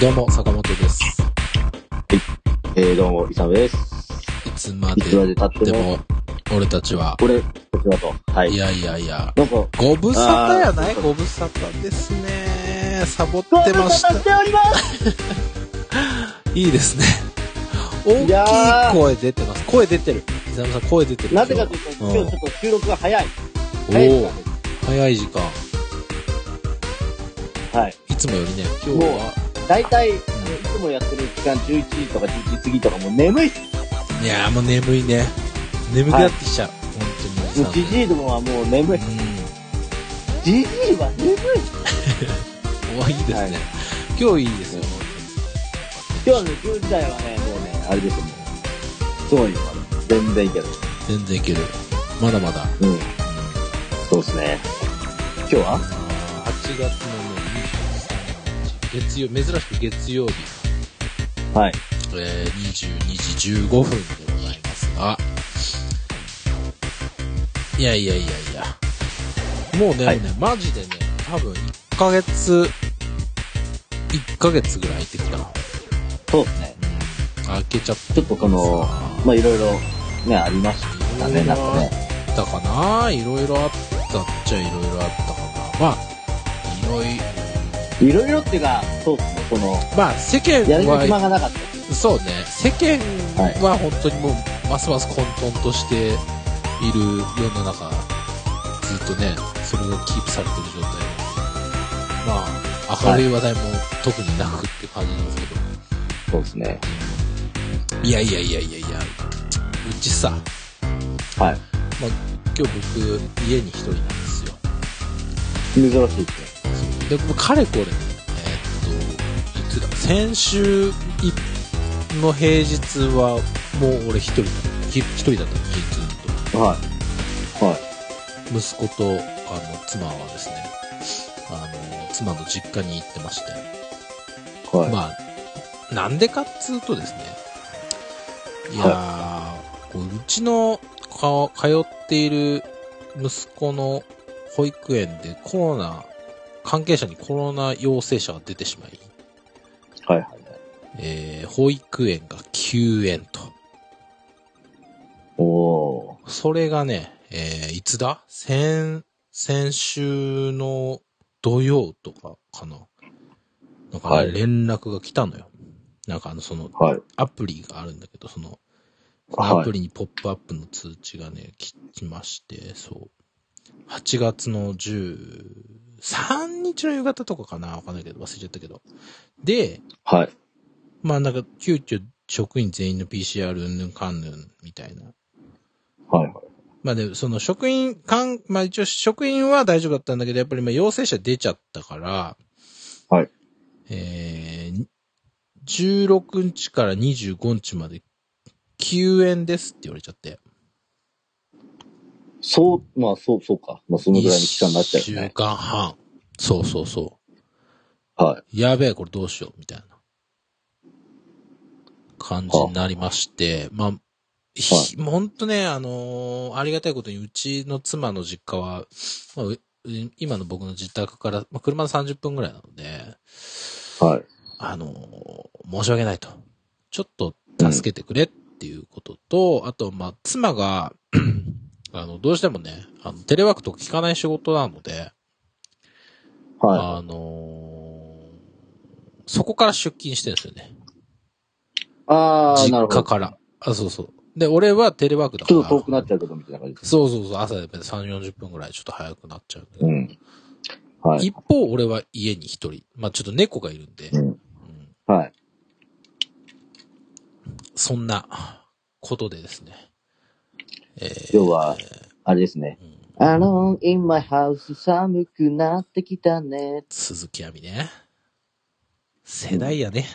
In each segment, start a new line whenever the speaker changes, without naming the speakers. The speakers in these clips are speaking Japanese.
どうも、坂本です。
えー、どうも、イサムです。
いつま
い
で
つまで経って
で
も、
も、俺たちは、
これ、こちらと。はい。
いやいやいや、
なんか、
ご無沙汰やない
あー
ご無沙汰ですね。サボってました。
ております
いいですね。大
いや
き
ー
い声出てます。声出てる。伊沢さん、声出てる。
なぜかというと、
うん
今日ちょっと収録が早い。早い時
おお
間で
早い時間。
す。はい。
いつもよりね、今日は、
大体、いつもやってる時間、11時とか11時過ぎとか、もう眠いっす。
いやーもう眠いね。眠くなってきちゃう。
も
本
う
当に
じじいどもはもう眠い。じじいは眠い。
うん。おいいですね、
はい
今日いいですよ。
今日の10時台はね、もうね、あれですよ、もう。すごいよ、あれ全然いける。
全然いける。まだまだ。
うん。そうですね。今日は
8月のもう23日月曜珍しく月曜日、
はい。
えー、22時15分でございますがいやいやいやいやもうね,、
はい
もうねマジでね多分1ヶ月1ヶ月ぐらい空いてきた
そうですね。
開けちゃった
ちょっとこの、まあいろいろね、ありましたね、なんかね。
ったかないろいろあったっちゃいろいろあったかなまあいろい
いろいろっていうか、そうですね、この、
まあ世間
やれる
は
暇がなかったです。
そうね、世間は本当にもう、ますます混沌としている世の中、ずっとね、それがキープされてる状態まあ、明るい話題も特になくって感じなんですけど、
そうですね。
いやいやいやいやいや、うちさ、
はい。
今日僕、家に一人なんですよ。
珍しいですね。
で、もうかれこれ、えーっと、いつだ、先週いの平日は、もう俺一人だ、ひ一人だったの、ずっと。
はい。はい。
息子とあの妻はですねあの妻の実家に行ってまして、
はい。
まあなんでかっつうとですねいやー、こううちのか通っている息子の保育園でコロナ関係者にコロナ陽性者が出てしまい、
はいはい。
えー保育園が休園と
おー。
それがね、えーいつだ先、先週の土曜とかかな。なんかね、
はい
連絡が来たのよ。なんかあの、その、
はい。
アプリがあるんだけど、その、ア
は
プ
い。
リにポップアップの通知がね、き来まして、そう。8月の13日の夕方とかかなわかんないけど、忘れちゃったけど。で、
はい。
まあなんか、急遽職員全員の PCR うんぬんかんぬんみたいな
はい。
まあで、その職員、かん、まあ一応職員は大丈夫だったんだけど、やっぱりまあ陽性者出ちゃったから、
はい。
えー、16日から25日まで休園ですって言われちゃって。
そう、まあそう、そうか。まあそのぐらいの期間になっちゃう
1
よ
週
ね。
間半。そうそうそう。
は
やべえ、これどうしよう、みたいな感じになりまして、まあ、ひもうほんとね、あのーありがたいことに、うちの妻の実家は、まあうう今の僕の自宅から、まあ、車で30分ぐらいなので、
い。はい。
あのー申し訳ないと。ちょっと助けてくれっていうことと、あと、まあ、妻が、 あの、どうしてもね、あのテレワークとか聞かない仕事なので、
は
あのーそこから出勤してるんですよね。
い。あー、な
実
るほど。
家
ち
から。あ、そうそう。で、俺はテレワークだから。
ょっと遠くなっちゃうけど、みたいな感じです。
そうそうそう。朝で3、40分ぐらいちょっと早くなっちゃうんだけど。
うん。はい。
一方、俺は家に一人。まあ、ちょっと猫がいるんで、
う
うん
ん。はい。
そんなことでですね。えー
要は、あれですね。
うん、
Alone in my house, 寒くなってきたね。
鈴木亜美ね。世代やね。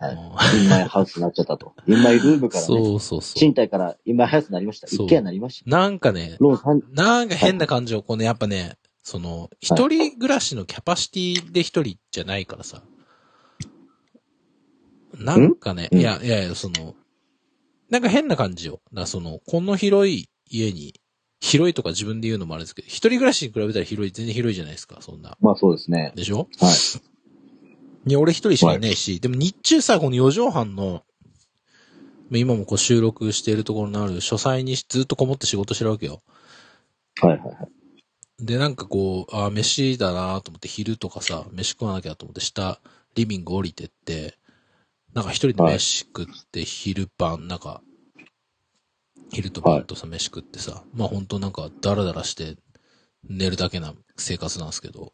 はい
も
in my house になっちゃったと。in my room
う
からね。
そうそうそう。
賃貸から in my house になりました。
そう
一軒家になりました。
なんかね、
ローン三
なんか変な感じを、こうね、やっぱね、その、一人暮らしのキャパシティで一人じゃないからさ。なんかね、
うん
いや、いやいや、その、なんか変な感じを。だからその、この広い家に、広いとか自分で言うのもあれですけど、一人暮らしに比べたら広い、全然広いじゃないですか、そんな。
まあそうですね。
でしょ
はい。
いや、俺一人しかいないし、でも日中さ、この4畳半の、今もこう収録しているところのある書斎にずっとこもって仕事してるわけよ。
はいはいはい。
で、なんかこう、ああ、飯だなと思って、昼とかさ、飯食わなきゃと思って、下、リビング降りてって、なんか一人で飯食って、昼晩、なんか、昼と晩とさ、飯食ってさ、まあ本当なんか、ダラダラして、寝るだけな生活なんですけど、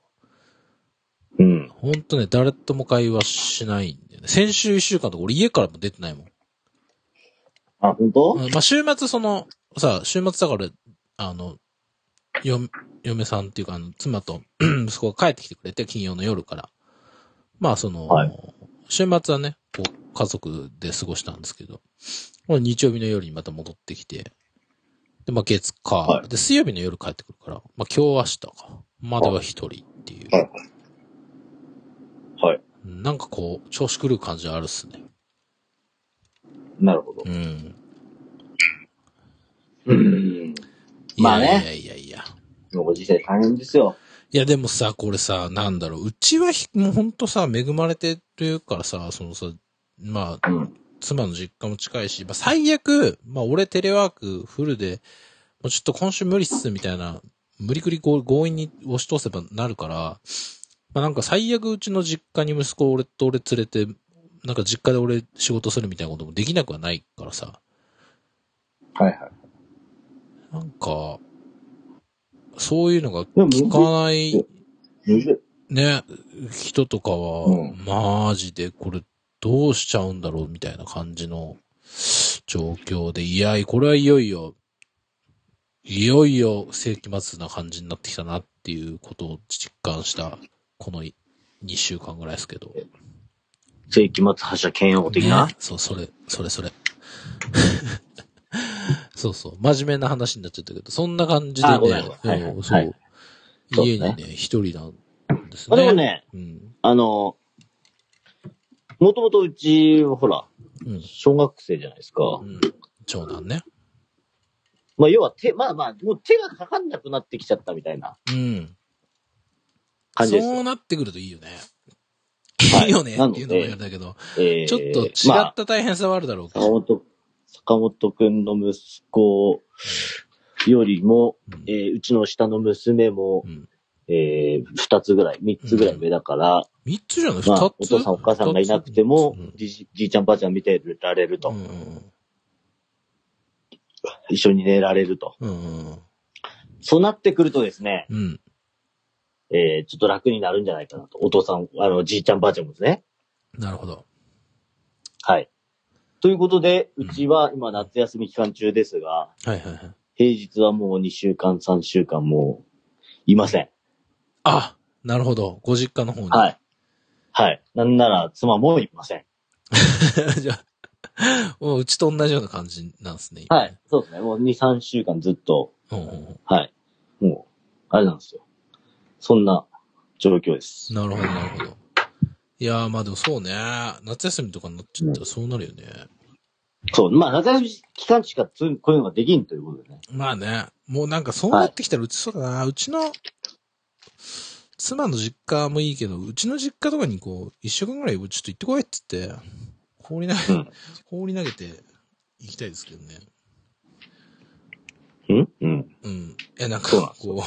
うん。
ほんとね、誰とも会話しないんだよね。先週一週間とか俺家からも出てないもん。
あ、本当
まあ週末その、さ、週末だから、あの、よ、嫁さんっていうか、あの、妻と 息子が帰ってきてくれて、金曜の夜から。まあ、その、
は
週末はね、こう、家族で過ごしたんですけど、もう日曜日の夜にまた戻ってきて、で、まあ、月か、
は
で、水曜日の夜帰ってくるから、まあ、今日明日か、までは一人っていう、
はいはい。
なんかこう、調子狂う感じはあるっすね。
なるほど。
うん。
うん。まあね
いやいやいやいや。
ご時世大変ですよ。
いやでもさ、これさ、なんだろう、うちはひもうほんとさ、恵まれてるからさ、そのさ、まあ、
うん。
妻の実家も近いし、まあ最悪、まあ俺テレワークフルで、もうちょっと今週無理っすみたいな、無理くり強強引に押し通せばなるから、まあなんか最悪うちの実家に息子を俺と俺連れて、なんか実家で俺仕事するみたいなこともできなくはないからさ、
はいはい。
なんか、そういうのが
でも
聞かない、
むずい
ね、人とかは、
うん
マジでこれどうしちゃうんだろうみたいな感じの状況で、いや、これはいよいよ、いよいよ世紀末な感じになってきたなっていうことを実感した、この2週間ぐらいですけど。
世紀末覇者剣王的な
ね。そう、それ、それそ れ。そうそう。真面目な話になっちゃったけど、そんな感じでね
あごめんご。めんはい
うんそ。
はいうそう
家
です
に
ね
ね、一人なんです
まあ
ね。
でも。ね、
うん。
あの、もともとうち、ほら、
うん。
小学生じゃないですか。
うん。長男ね。
まあ要は手、まあまあ、もう手がかかんなくなってきちゃったみたいな
うん。
感じです
そう
よ。
なってくるといいよね。
はい
いいよね
な
っ
の
て
で
いうのもあれだけど、
えー
ちょっと違
ま
っ
あ、
た大変さはあるだろうけ
坂
ど。
本、坂本くんの息子よりも、
うん
えーうちの下の娘も
う、ん。
えー二つぐらい、三つぐらい上だから、
三つじゃない
まあ
二、
お
つ。
父さんお母さんがいなくても
二つ、
じいじいちゃんばあちゃん見てられると、
うんうん
一緒に寝られると。
うん。うんうん
そうなってくるとですね、
うん。
えーちょっと楽になるんじゃないかなと。お父さん、あの、じいちゃんばあちゃんもですね。
なるほど。
はい。ということで、
うん
うちは今夏休み期間中ですが、
はいはいはい。
平日はもう2週間、3週間もう、いません。
あ、なるほど。ご実家の方に。
はい。はい。なんなら妻もいません。
じゃあ、もううちと同じような感じなんですね。
はい。そうですね。もう2、3週間ずっと、
うんうんうん
はい。もう、あれなんですよ。そんな状況です。
なるほど、なるほど。いやー、まあでもそうね。夏休みとかになっちゃったらそうなるよね。
そう。まあ、夏休み期間しかつこういうのができんということでね。
まあね。もうなんかそうなってきたらうちそうだな。うちの、妻の実家もいいけど、うちの実家とかにこう、一週間ぐらいちょっと行ってこいっつって、放り投げ、
うん
放り投げて行きたいですけどね。
うんうん。
うん。え、なん
そうなん
か
で、す
こ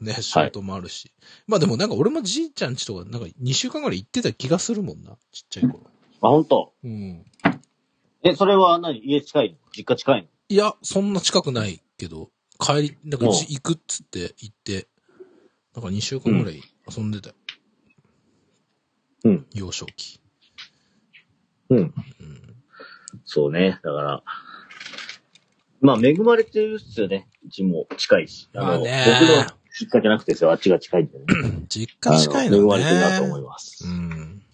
う、ね、仕事もあるし。まあでもなんか俺もじいちゃんちとか、なんか2週間ぐらい行ってた気がするもんな。ちっちゃい頃。
あ、本当。
うん。
え、それは何家近いの実家近いの
いや、そんな近くないけど、帰り、なんかうち
うん
行くっつって行って、なんか2週間ぐらい遊んでたよ。
うん。
幼少期。
うん。
うん。
そうね。だから、まあ、恵まれてるっすよね。うちも近いし。
まあね
僕の実家じゃなくてですよ。あっちが近いんでね。
実
あ
家近い
恵
の
まれ
ね。
てるなと思います。
うん。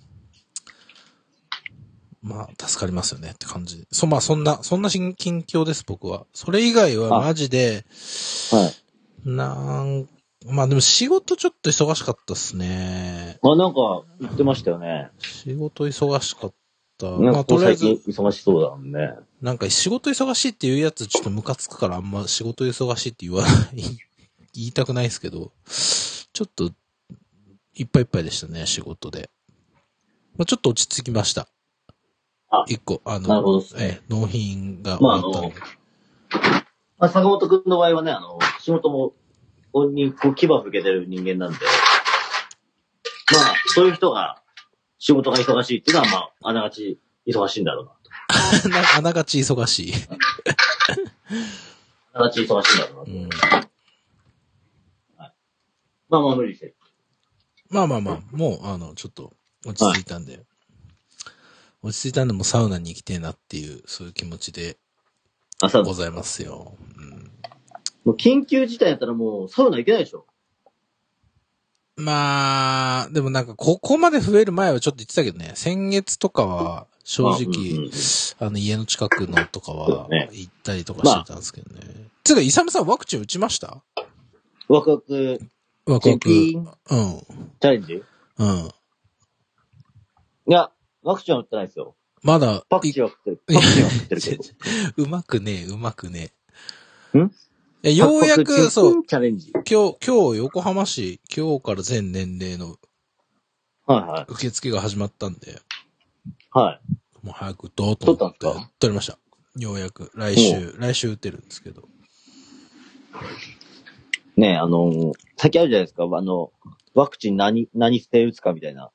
まあ、助かりますよねって感じ。そ、まあ、そんな、そんな心近況です、僕は。それ以外は
あ
マジで、
はい。
なん、まあでも仕事ちょっと忙しかったっすね。
あ、なんか、言ってましたよね。
仕事忙しかった。
なん
ま
か
あ
ことう
りあえ
最近
ず、
忙しそうだもんね。
なんか仕事忙しいっていうやつちょっとムカつくからあんま仕事忙しいって言わない、言いたくないですけど、ちょっといっぱいいっぱいでしたね、仕事で。まあ、ちょっと落ち着きました
あ。
一個、あ
なる
の、
ほどです
え
ね。
え、納品が終
まあ
わったので。
まあ、坂本くんの場合はね、あの、仕事も、ここにこう牙を向けてる人間なんで、まあ、そういう人が、仕事が忙しいっていうのは、まあ、あながち忙しいんだろうな。
なあながち忙しい。
あながち忙しいんだろうな
う。ん
まあまあ無理して。
まあまあまあ、もう、あの、ちょっと、落ち着いたんで、落ち着いたんで、もうサウナに行きてえなっていう、そういう気持ちで
朝
ご
も
ざいますよ。うん
う緊急事態やったらもうサウナ行けないでしょ。
まあ、でもなんか、ここまで増える前はちょっと言ってたけどね、先月とかは、正直、
まあうんうん
あの、家の近くのとかは
そうだね、
行ったりとかしてたんですけどね。つうか、イサムさんワクチン打ちました
ワクワク
ワク
チ
ワ
ェッ
ク。
クイ
う
ン
ん。
チャレンジい
うん。
や、ワクチンは打ってないですよ。
まだ、
パク
い
チンは打ってる。パクチンは打ってるけど。
うまくねえ、うまくねえ。
ん
いやようや
パクチン
く、そう、
チャレンジ。
今日、今日、横浜市、今日から全年齢の
はいはい。
受付が始まったんで、
はい。
もう早くどうと思って
取ったんです、
取りました。ようやく、来週、来週打てるんですけど。
ねえ、あの、さっきあるじゃないですか、あの、ワクチン何、何して打つかみたいな。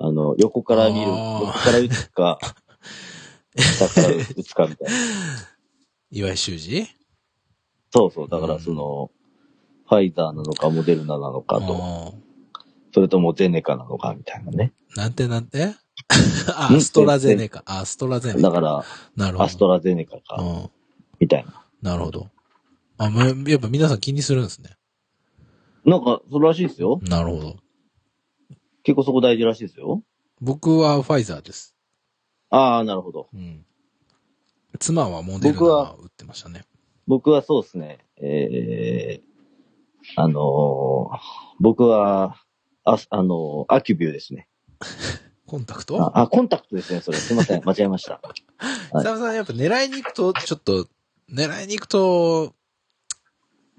あの、横から見る、
あー
横から打つ か、下から打つかみたいな。
岩井修二
そうそう、だからその、ファイザーなのか、モデルナなのか
あ
と、それともゼネカなのかみたいなね。
ーなんてなんてあ
う、ん
ストラゼネカ。あ、ストラゼネ
だ
カ。
から、
なるほ
アスト
ど。
ラゼネカ
う
か、
ん。
みたいな。
なるほど。あ、ま、やっぱ皆さん気にするんですね。
なんか、それらしいですよ。
なるほど。
結構そこ大事らしいですよ。
僕はファイザーです。
ああ、なるほど。
うん。妻はモデルナ
僕は
を打ってましたね。
僕はそうですね、えー、あのー僕は、あ、あのーアキュビューですね。
コンタクト
あ、あコンタクトですね、それ。すいま せん、間違えました。はい
久々さんやっぱ狙いに行くと、ちょっと、狙いに行くと、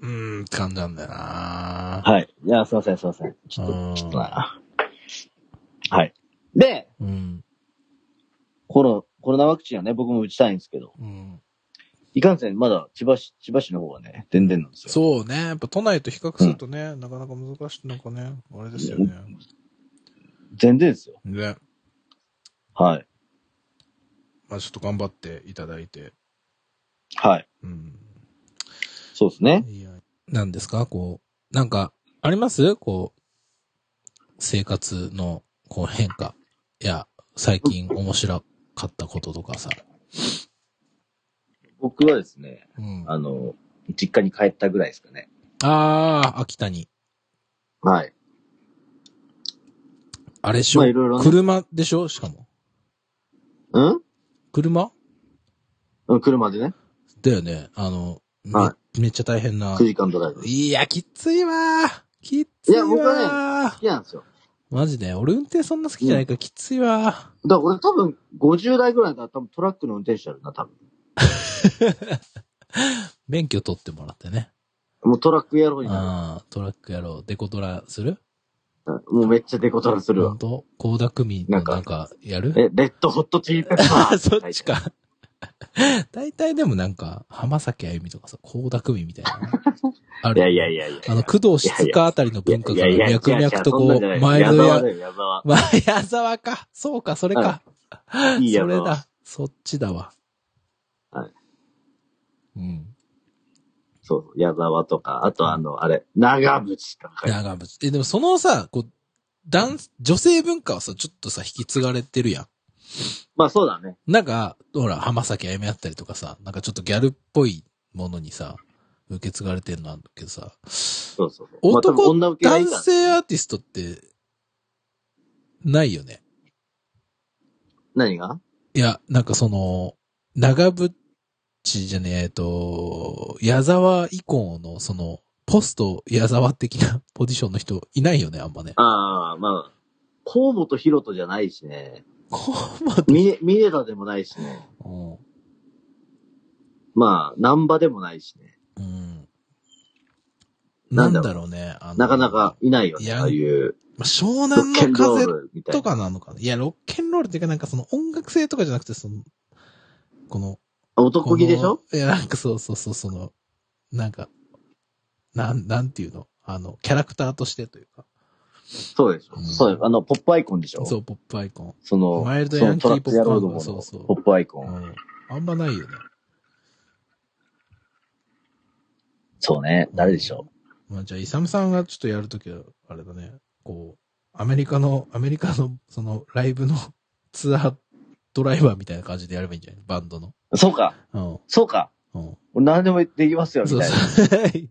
うーん、って感じなんだよな
はい。いや、すいません、すいません。ちょっ
うーん
と、ちょっとな。はい。で、
うん。
コロ、コロナワクチンはね、僕も打ちたいんですけど、
うん。
いかんせん、まだ千葉市、千葉市の方はね、全然なんですよ。
そうね。やっぱ都内と比較するとね、なかなか難しい、なんかね、あれですよね。
全然ですよ。
ね。
はい。
まあちょっと頑張っていただいて。
はい。
うん。
そうですね。
いや、なんですかこう、なんか、ありますこう、生活の、こう変化。いや、最近面白かったこととかさ。
僕はですね、
うん。あ
あの、実家に帰ったぐらいですかね。
あー、秋田に。
はい。
あれでしょ、
まあいろいろね
車でしょしかも。
うん
車
うん、車でね。
だよね。あの、め,、
は
めっちゃ大変な
9。時間ドライブ。好
いや、きついわー。きついわー。
いや僕はきなんですよ。
マジで。俺運転そんな好きじゃないからきついわ
だから俺多分50代ぐらいだったら多分トラックの運転手やるな、多分。
ー。免許取ってもらってね。
もうトラック野郎にな
ああ、トラックやろう。デコトラする
る。もうめっちゃデコトラする
ほ
わ
ん。と高田組のなんかやる
え、レッドホットチリペッパ
あ
ー。
そっち。か。大体でもなんか、浜崎あゆみとかさ、高田組みたい な。あ
い
る
やいやいやいや。
あの、工藤静香あたりの文化が脈々とこう、前
の
のや
や。、矢 沢
まあ、矢沢か。そうか、それか。
いい矢
それ
沢。
だ。そっちだわ。
はい。
うん。
そうそう、矢沢とか、あとあの、あれ、長渕とか。
長渕。え、でもそのさ、こう、男、女性文化はさ、ちょっとさ、引き継がれてるや
まあそうだね。
ん。なんか、ほら、浜崎あゆみあったりとかさ、なんかちょっとギャルっぽいものにさ、受け継がれてるのあるけどさ、
そうそうそう。
男
まあ多分女受けがいい
男
から
性アーティストって、ないよね。
何が
いや、なんかその、長渕じゃねえ、えっと、矢沢以降の、その、ポスト矢沢的な ポジションの人いないよね、あんまね。
ああ、まあ、河本博人じゃない しね。
こ
ミネ、ミネタでもないしね。
う、
まあ、ナンバでもないしね。
うん。なんだろうね。あの
なかなか。いないよ
い
ね、
や
ああいう、
まあ湘
ロッ
南
ケン
の
ロー
風
ルみたい
と
な。
かなのかな。いや、ロッケンロールっていうか、なんかその音楽性とかじゃなくて、その、この、
男気でしょ
このいや、なんかそうそうそう、その、なんか、なん、なんていうのあの、キャラクターとしてというか。
そうでしょ、
うん
そうよあの、ポップアイコンでしょ
そう、ポップアイコン。
その、
マイルド
そ
ヤンキ
のトラ
ー
ッ
ポ
プ
ッ
野
プア
郎
イ
ど
コン。
も
そう
の
そう
ポ。ップアイコン。
うんあんまないよね。
そうね、誰でしょ
まあ、じゃあ、イサムさんがちょっとやるときは、あれだね、こう、アメリカの、アメリカの、その、ライブのツアードライバーみたいな感じでやればいいんじゃないバンドの。
う。そうか、
うん。
そうか。
うん。
俺何でもできますよ、みた
そ
いう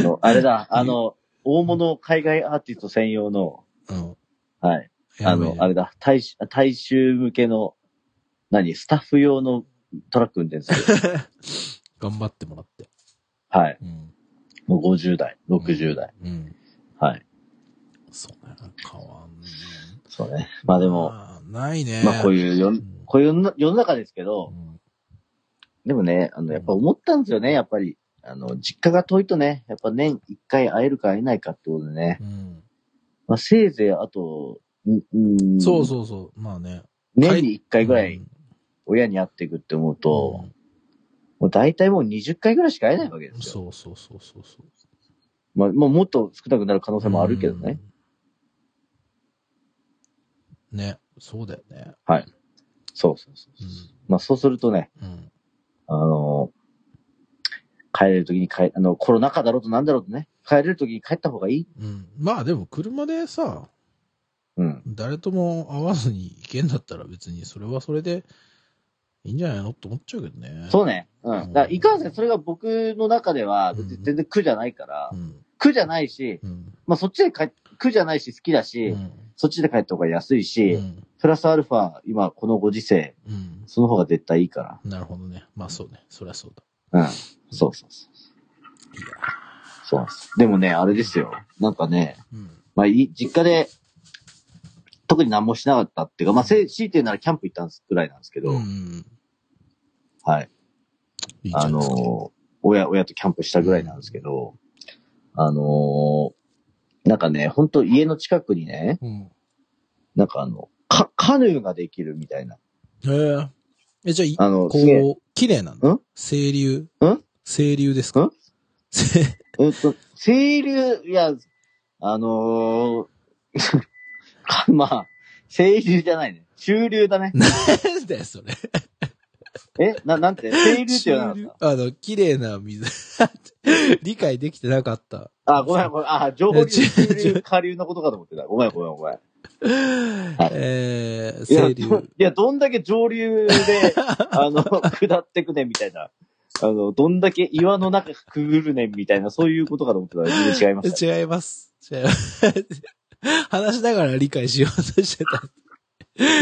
そう。
あの、あ れだ、あの、大物海外アーティスト専用の、
うん。
はい。あ
やばい
の
ね、
あれだ、大衆、大衆向けの、何、スタッフ用のトラック運 転する。
頑張ってもらって。
はい。
うん。
もう50代、60代。
うん。
はい。
そうね。変わんね
そうね。まあでも、
あーないね。
まあこういう世
う
の、
ん。
こういう世の世の中ですけ
う
ど、
ん
でもね、あの、やっぱ思ったんですよね、やっぱり。あの、実家が遠いとね、やっぱ年一回会えるか会えないかってことでね。
うん。
まあせいぜいあと、うんん
そうそうそう。まあね。
年に一回ぐら
う
い
ん
親に会っていくって思うと、もう大体もう20回ぐらいしか会えないわけ
う
で
ん
すよ。
そうそうそうそうそう。
まあ、もうもっと少なくなる可能性もあるけどね。
うん。ね、そうだよね。
そうそうそう
う
そう。
ん
まあそうするとね、
うん。
あの帰れる時に帰、あの、コロナ禍だろうとなんだろうとね、帰れる時に帰った方がいい。
うん。まあでも車でさ、
うん。
誰とも会わずに行けんだったら別にそれはそれでいいんじゃないのって思っちゃうけどね。
そうね。う
うん
ん。だからいかんせん、それが僕の中では、
うん
別に全然苦じゃないから
う、ん。
苦じゃないし、
うん。
まあそっちで帰、苦じゃないし好きだ
う
し、
ん。
そっちで帰った方が安いうし、
ん。
プラスアルファ、今このご時世、
うん。
その方が絶対いいか
なるほどね。まあそうね。そりゃそうだ。
ら。うん。そうそうそう。
いや。
そうなんです。でもね、あれですよ。なんかね、
うん。
まあ、い実家で、特に何もしなかったっていうか、まあ、せ強いて言うならキャンプ行ったんですくらいなんですけど、
うん。
はい。
いいじ
あ
ゃない
の
ですか。
ー、親、親とキャンプしたぐらいなんですけど、あのー、なんかね、本当家の近くにね、
うん。
なんかあの、カ、カヌーができるみたいな。
へえ。え、じゃあい、
あの、すげえ、
こう、綺麗なんだ
ん。
清流。
ん
清流ですか
んうんと、清流、いや、あのー かまあ、清流じゃないね。中流だね。
なんだよ、それ。
えな、なんて清流って言わなか
中
った
流あの、綺麗な水。 理解できてなかった。
あ、ごめん、ごめん。あ、情報
違
流、
う
中
違う
流、下流のことかと思ってた。ごめん、ごめん、ごめん。
えー、
い
清
や、
流。
どいや、どんだけ上 流で、あの、下ってくねんみたいな。あの、どんだけ岩の中くぐるねんみたいな、そういうことかと思ってたら、全然違いました。
違います。違います。 話しながら理解しようとして た。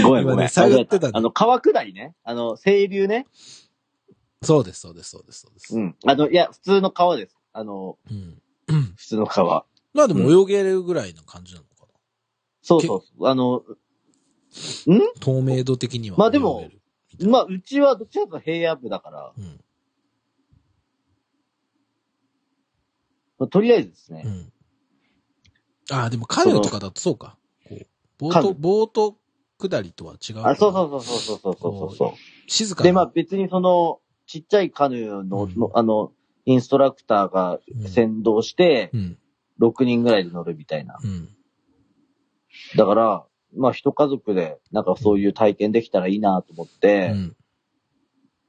ごめん、ご
今
め
ね
ん。
探ってたんだ
あの、川下りね。あの、清流ね。
そうです、そうです、そうです、そうです。
うん。あの、いや、普通の川です。あの、
うん。
普通の川。
まあでも泳げるぐらいの感じなのか
そうそうそう。あの、ん
な。透明度的には。
まあでも
泳げるみたいな
まあ、うちはどっちらかというと平野部だから、
うん。
まあとりあえずですね。
うん。ああ、でもカヌーとかだとそうか。こう、ボー
カヌ
ト、
ー
ボート下りとは違うから。
あ、そうそうそうそうそうそうそうそう。
静かな
で、まあ別にその、ちっちゃいカヌーの、
うん
のあの、インストラクターが先導して、
うん。
6人ぐらいで乗るみたいな。
うん。
だから、まあ一家族で、なんかそういう体験できたらいいなと思っ
う
て、
ん。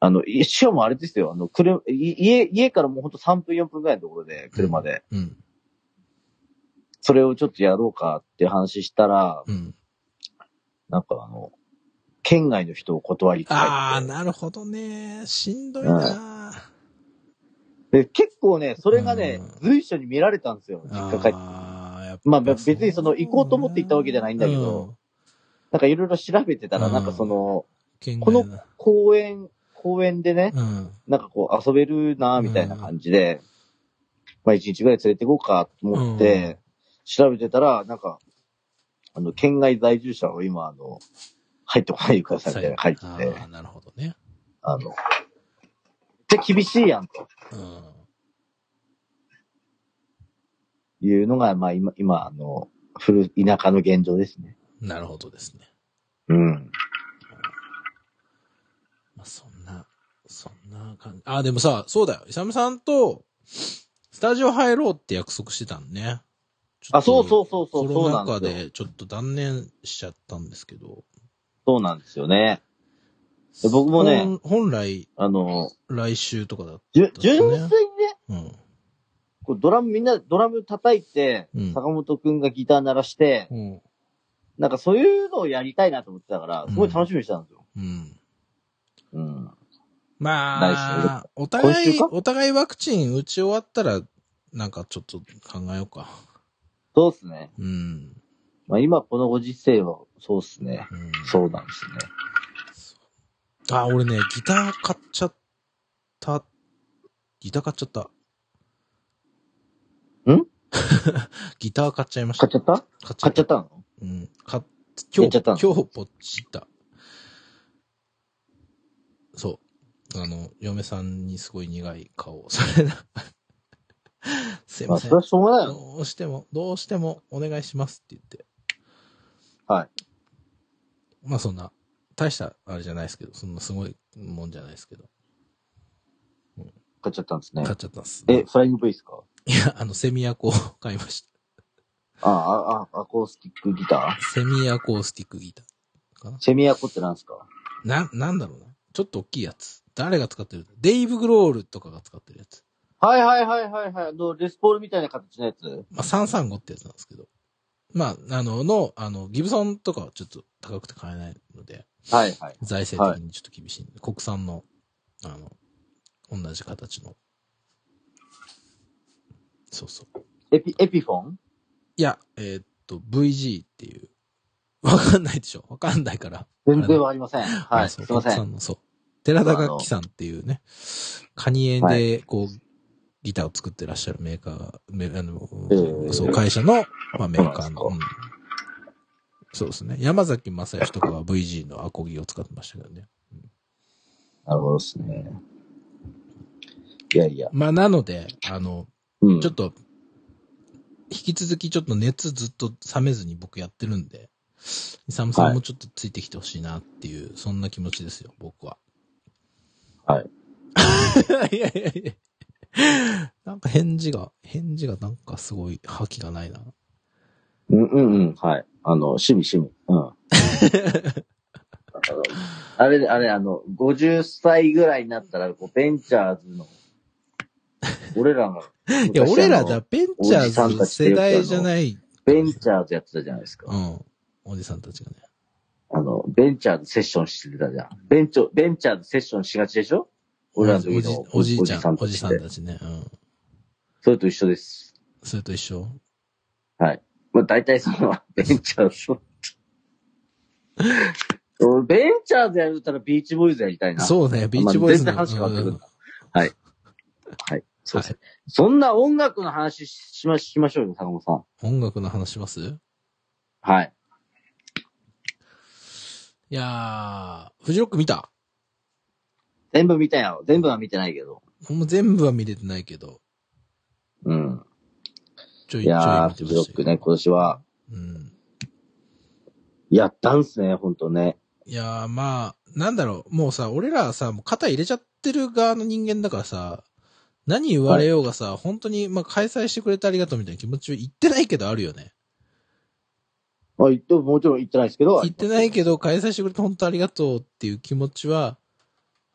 あの、いしかもあれですよ、あの、車、い家、家からもうほんと3分4分ぐらいのところで、車で、
うん。
それをちょっとやろうかっていう話したら、
うん。
なんかあの、県外の人を断りって書いて
ああ、
て
なるほどね。しんどいな。
で、結構ね、それがね、随所に見られたんですよ、実家帰って。
あーやっぱ
まあ
そう
別にその行こうと思って行ったわけじゃないんだけど
うん
なんかいろいろ調べてたら、
うん
なんかその、
県
こ
外
の
だ
公園、公園でね、
うん。
なんかこう遊べるなみたいな感じで、まあ一日ぐらい連れて行こうかと思って、調べてたら、なんか、あの、県外在住者を今、あの、入ってこないでくださいみたいなの書いてて、
ああ、なるほどね。
あの、じゃ厳しいやんと。
うん。
いうのが、まあ今、今、あの、古、田舎の現状ですね。
なるほどですね。
うん。
まあ、そんな、そんな感じ。あ、でもさ、そうだよ。イサムさんと、スタジオ入ろうって約束してたんね。
あ、そうそうそうそう、
コ
そう
ロナ
な
禍
んですよ。
でちょっと断念しちゃったんですけど。
そうなんですよね。で僕もね
ほん本来、
あの、
来週とかだ。
じゅ
そうです
純
ね
粋にね、
うん。
こうドラム、みんなドラム叩いて、
うん
坂本くんがギター鳴らして、
うん。
なんかそういうのをやりたいなと思ってたから、すごい楽しみにしてたんですよ。
うん。
うん。
まあ、お
今
互い
週、か
お互いワクチン打ち終わったら、なんかちょっと考えようか。
そうっすね。
うん。
まあ今このご時世は、そうっすね。
うん、
そうなんですね。
あ、俺ね、ギター買っちゃった。ギター買っちゃった。
ん
ギター買っちゃいました。
買っちゃった
買っちゃ
買
っ
っちゃ
た
っ。たの
うん。買っ、
や
今
っち
日、
ゃった
今
の
日ポチった。そう。あの、嫁さんにすごい苦い顔をされな。 すい
ま
ま
あ
せん
それ。はしょうがないよ。
どうしても、どうしてもお願いしますって言って。。
はい
まあそんな、大したあれじゃないですけど、そんなすごいもんじゃないですけど、
買っちゃったんですね
買。っちゃったんです。
え、フライング V ですか
いや、あの、セミアコを買いました。
ああ、あ、アコースティックギター
セミアコースティックギターかな。
セミアコってなんですか
な、なんだろうな。ちょっと大きいやつ。誰が使ってるデイブ・グロールとかが使ってるやつ。
はいはいはいはいはい。あの、レスポールみたいな形のやつ
まあ、335ってやつなんですけど。まあ、あの、の、あの、ギブソンとかはちょっと高くて買えないので、
はいはい。
財政的にちょっと厳しいんで、国産の、あの、同じ形の。そうそう。
エピ、エピフォン
いや、えーっと、VG っていう。わかんないでしょわかんないから。
全然わかりません。は
あ
い。す
そう
いませ
国
ん。
産の、そう。寺田楽器さんっていうね、カニエ
は
で、こう、ギターを作ってらっしゃるメーカーが、めあの、
えー
そう、会社の、まあ、メーカーの、
そう
う
なん
そうですね。山崎正義とかは VG のアコギを使ってましたけどね。
なるほどですね。いやいや。
まあ、なので、あの、
うん
ちょっと、引き続きちょっと熱ずっと冷めずに僕やってるんで、イサムさんもちょっとついてきてほしいなっていう、そんな気持ちですよ、僕は。。
はい
いやいやいや。なんか返事が、返事がなんかすごい覇気がないな。
うんうんうん。はい。あの、趣味趣味。うん。あのあれ、あれ、あの、50歳ぐらいになったら、こう、ベンチャーズの、俺らが、
いや、
昔
俺ら
あ
だ、
の
ベンチャ
おじさ
ー
ん
ズ
たちって
世
よくあの
代じゃない、
ベンチャーズやってたじゃないですか。
うん、おじさんたちがね。
あの、ベンチャーズセッションしてたじゃん。ベンチョ、ベンチャーズセッションしがちでしょ俺ら
お
の
じ、
時
おじ
の
おじいちゃん、お
た
じ
ち
さ
っ
ん
て。
たちね。うん。
それと一緒です。
それと一緒
はい。まあ、大体その、ベンチャーズを。俺ベンチャーズやるたらビーチボーイズやりたいな。
そうね、ビーチボーイズの。
まあ全然話変わってくる
うん
はい。そうです
は
ね。そんな音楽の話ししましましょうよ、坂本さん。
音楽の話します
はい。
いやー、フジロック見た
全部見たよ。全部は見てないけど。
もう全部は見れてないけど、
うん。
ちょいちょい見
い
て
や
ま
ー、
した
フ
よ
ジロックね、今年は。
うん。
やったんすね、ほんとね。
いやー、まあ、なんだろう、もうさ、俺らはさ、もう肩入れちゃってる側の人間だからさ、何言われようがさ、本当に、まあ、開催してくれてありがとうみたいな気持ちを言ってないけどあるよね。
まあ、言っても、もちろん言ってないですけど。
言ってないけ
ど。
ど、開催してくれて本当ありがとうっていう気持ちは、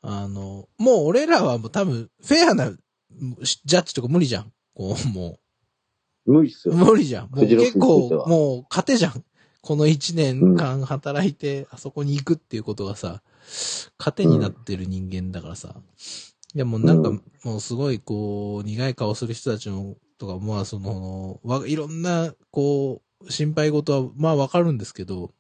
あの、もう俺らはもう多分、フェアなしジャッジとか無理じゃん。こう、もう。
無理っすよ。
無理じゃん。もう
フジロッ
結
クについて
構
は、
もう勝てじゃん。この一年間働いて、あそこに行くっていうことがさ、糧になってる人間だからさ。いやもうなんか
うん、
もうすごいこう、苦い顔する人たちの、とか、まあその、わいろんな、こう、心配事は、まあわかるんですけど、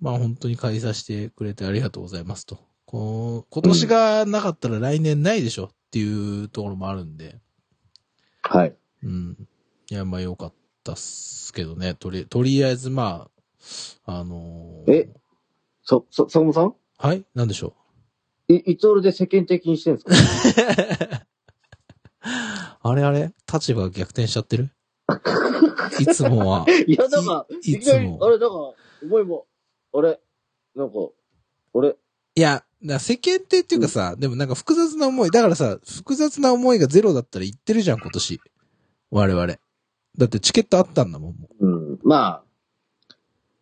まあ本当に開催してくれてありがとうございますと。こう、今年がなかったら来年ないでしょっていうところもあるんで。
はい。
うん。いや、まあ良かったっすけどね。とり、とりあえず、まあ、あのー
えそ、そ、坂本さん
はいなんでしょ
い、いつ俺で世間的 にしてるんですか
うあれあれ立場が逆転しちゃってるいつもは、
いや、なんか、
い
いきなり
いつも
あれ、なんか、思いも、あれ、なんか、あれ、
いや、な世間体っていうかさ、でもなんか複雑な思い、だからさ、複雑な思いがゼロだったら言ってるじゃん、今年。我々。だってチケットあったんだもん、も
うん、
まあ、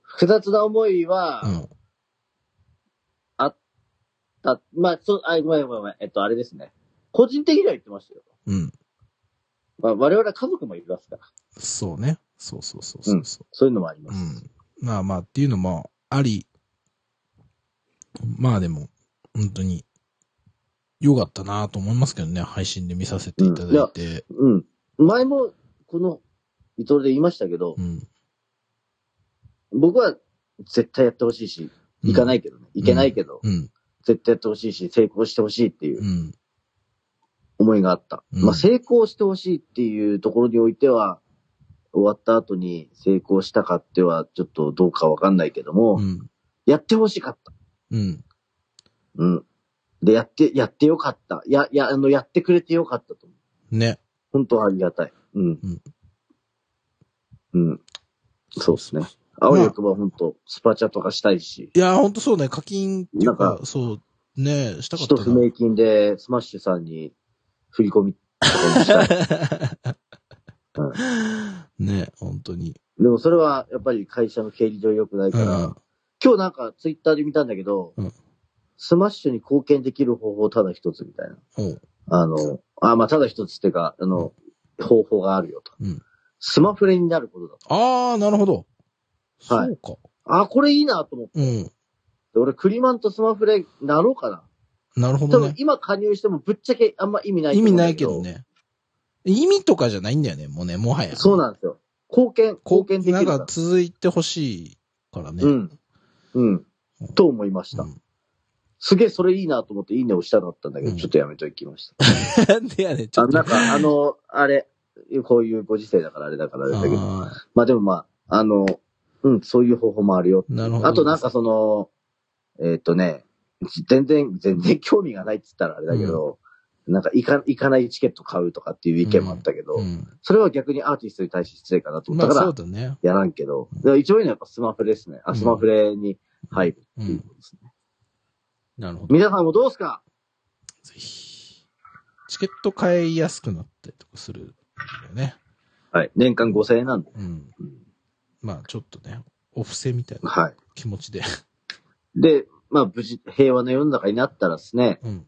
複雑な思いは、
う。うん。
あまあ、そう、あ、ごめんごめんごめん。えっと、あれですね。個人的には言ってましたよ。
うん。
まあ、我々は家族もいますから、
そうね。そうそうそうそうそう。
そういうのもありま
う
す。
ん。まあまあっていうのもあり、まあでも、本当に、良かったなと思いますけどね、配信で見させていただいて。
うん。前も、この、イトレで言いましたけど、
うん。。
僕は絶対やってほしいし、行かないいけどね。行けないけど、
うん。
絶対やってほしいし、成功してほしいっていう
うん。
思いがあった。
うん
まあ、成功してほしいっていうところにおいては、終わった後に成功したかっては、ちょっとどうかわかんないけども、
うん。
やってほしかった。
うん。
うん。で、やって、やってよかった。や、や、あの、やってくれてよかったと思う。
ね。
本当ありがたい。うん。
うん
うん。そうですね。
う
青い欲は本当スパチャとかしたいし、
いやー、ほんとそうね、課金っていう
な
か
ん、
そう、ね、したかっ
使
た
途不
な。
明金でスマッシュさんに振り込みとかもした い。
ね、本当に。
でもそれはやっぱり会社の経理上良くないか
う
ら、
ん。
今日なんかツイッターで見たんだけど、
うん
スマッシュに貢献できる方法ただ一つみたいな。
おう
あの、あ、まあ、ただ一つっていうか、あの、方法があるよと。
うん
スマフレになることだと。
あー、なるほど。
はい
そうか。
あ、これいいなと思って。
うん。
俺、クリマンとスマフレなろうかな。
なるほ
多
ど
分
ね。
今加入してもぶっちゃけあんま意味ないと
意
思
味
うん
な
だ
いけど。ね。意味とかじゃないんだよね、もうね、もはや。
そうなんですよ。貢献、貢献できる
な
か
ん
ら
か。続いてほしいからね。
う
うん。
ん。うん。と思いました。すげえそれいいなと思っていいねをしたかったんだけど、
うん
ちょっとやめときました。
なんでやねん、ちょ
あ
っと。
なんか、あの、あれ、こういうご時世だからあれだからあれだけど。
あ
まあでもまあ、あの、うん、そういう方法もあるよっていう。
なるほど
あとなんかその、えーっ、とね、全然、全然興味がないって言ったらあれだけど、なんか行か、行かないチケット買うとかっていう意見もあったけど、
ーうん。
それは逆にアーティストに対して失礼かなと思
ま
った
あ、
か
そ
ら
う、だね。
やらんけど、だから一応いいのはやっぱスマフレですね。
う
あ、
ん
スマフレに入る
う
っていうこ
ん。
とですね。
なるほど。
皆さんもどうですか
ぜひ。チケット買いやすくなったりとかするんだよね。
はい。年間5000円なんで。
うん。まあ、ちょっとね、お布施みたいな
はい。
気持ちで。
で、まあ無事、平和な世の中になったらですね、
うん。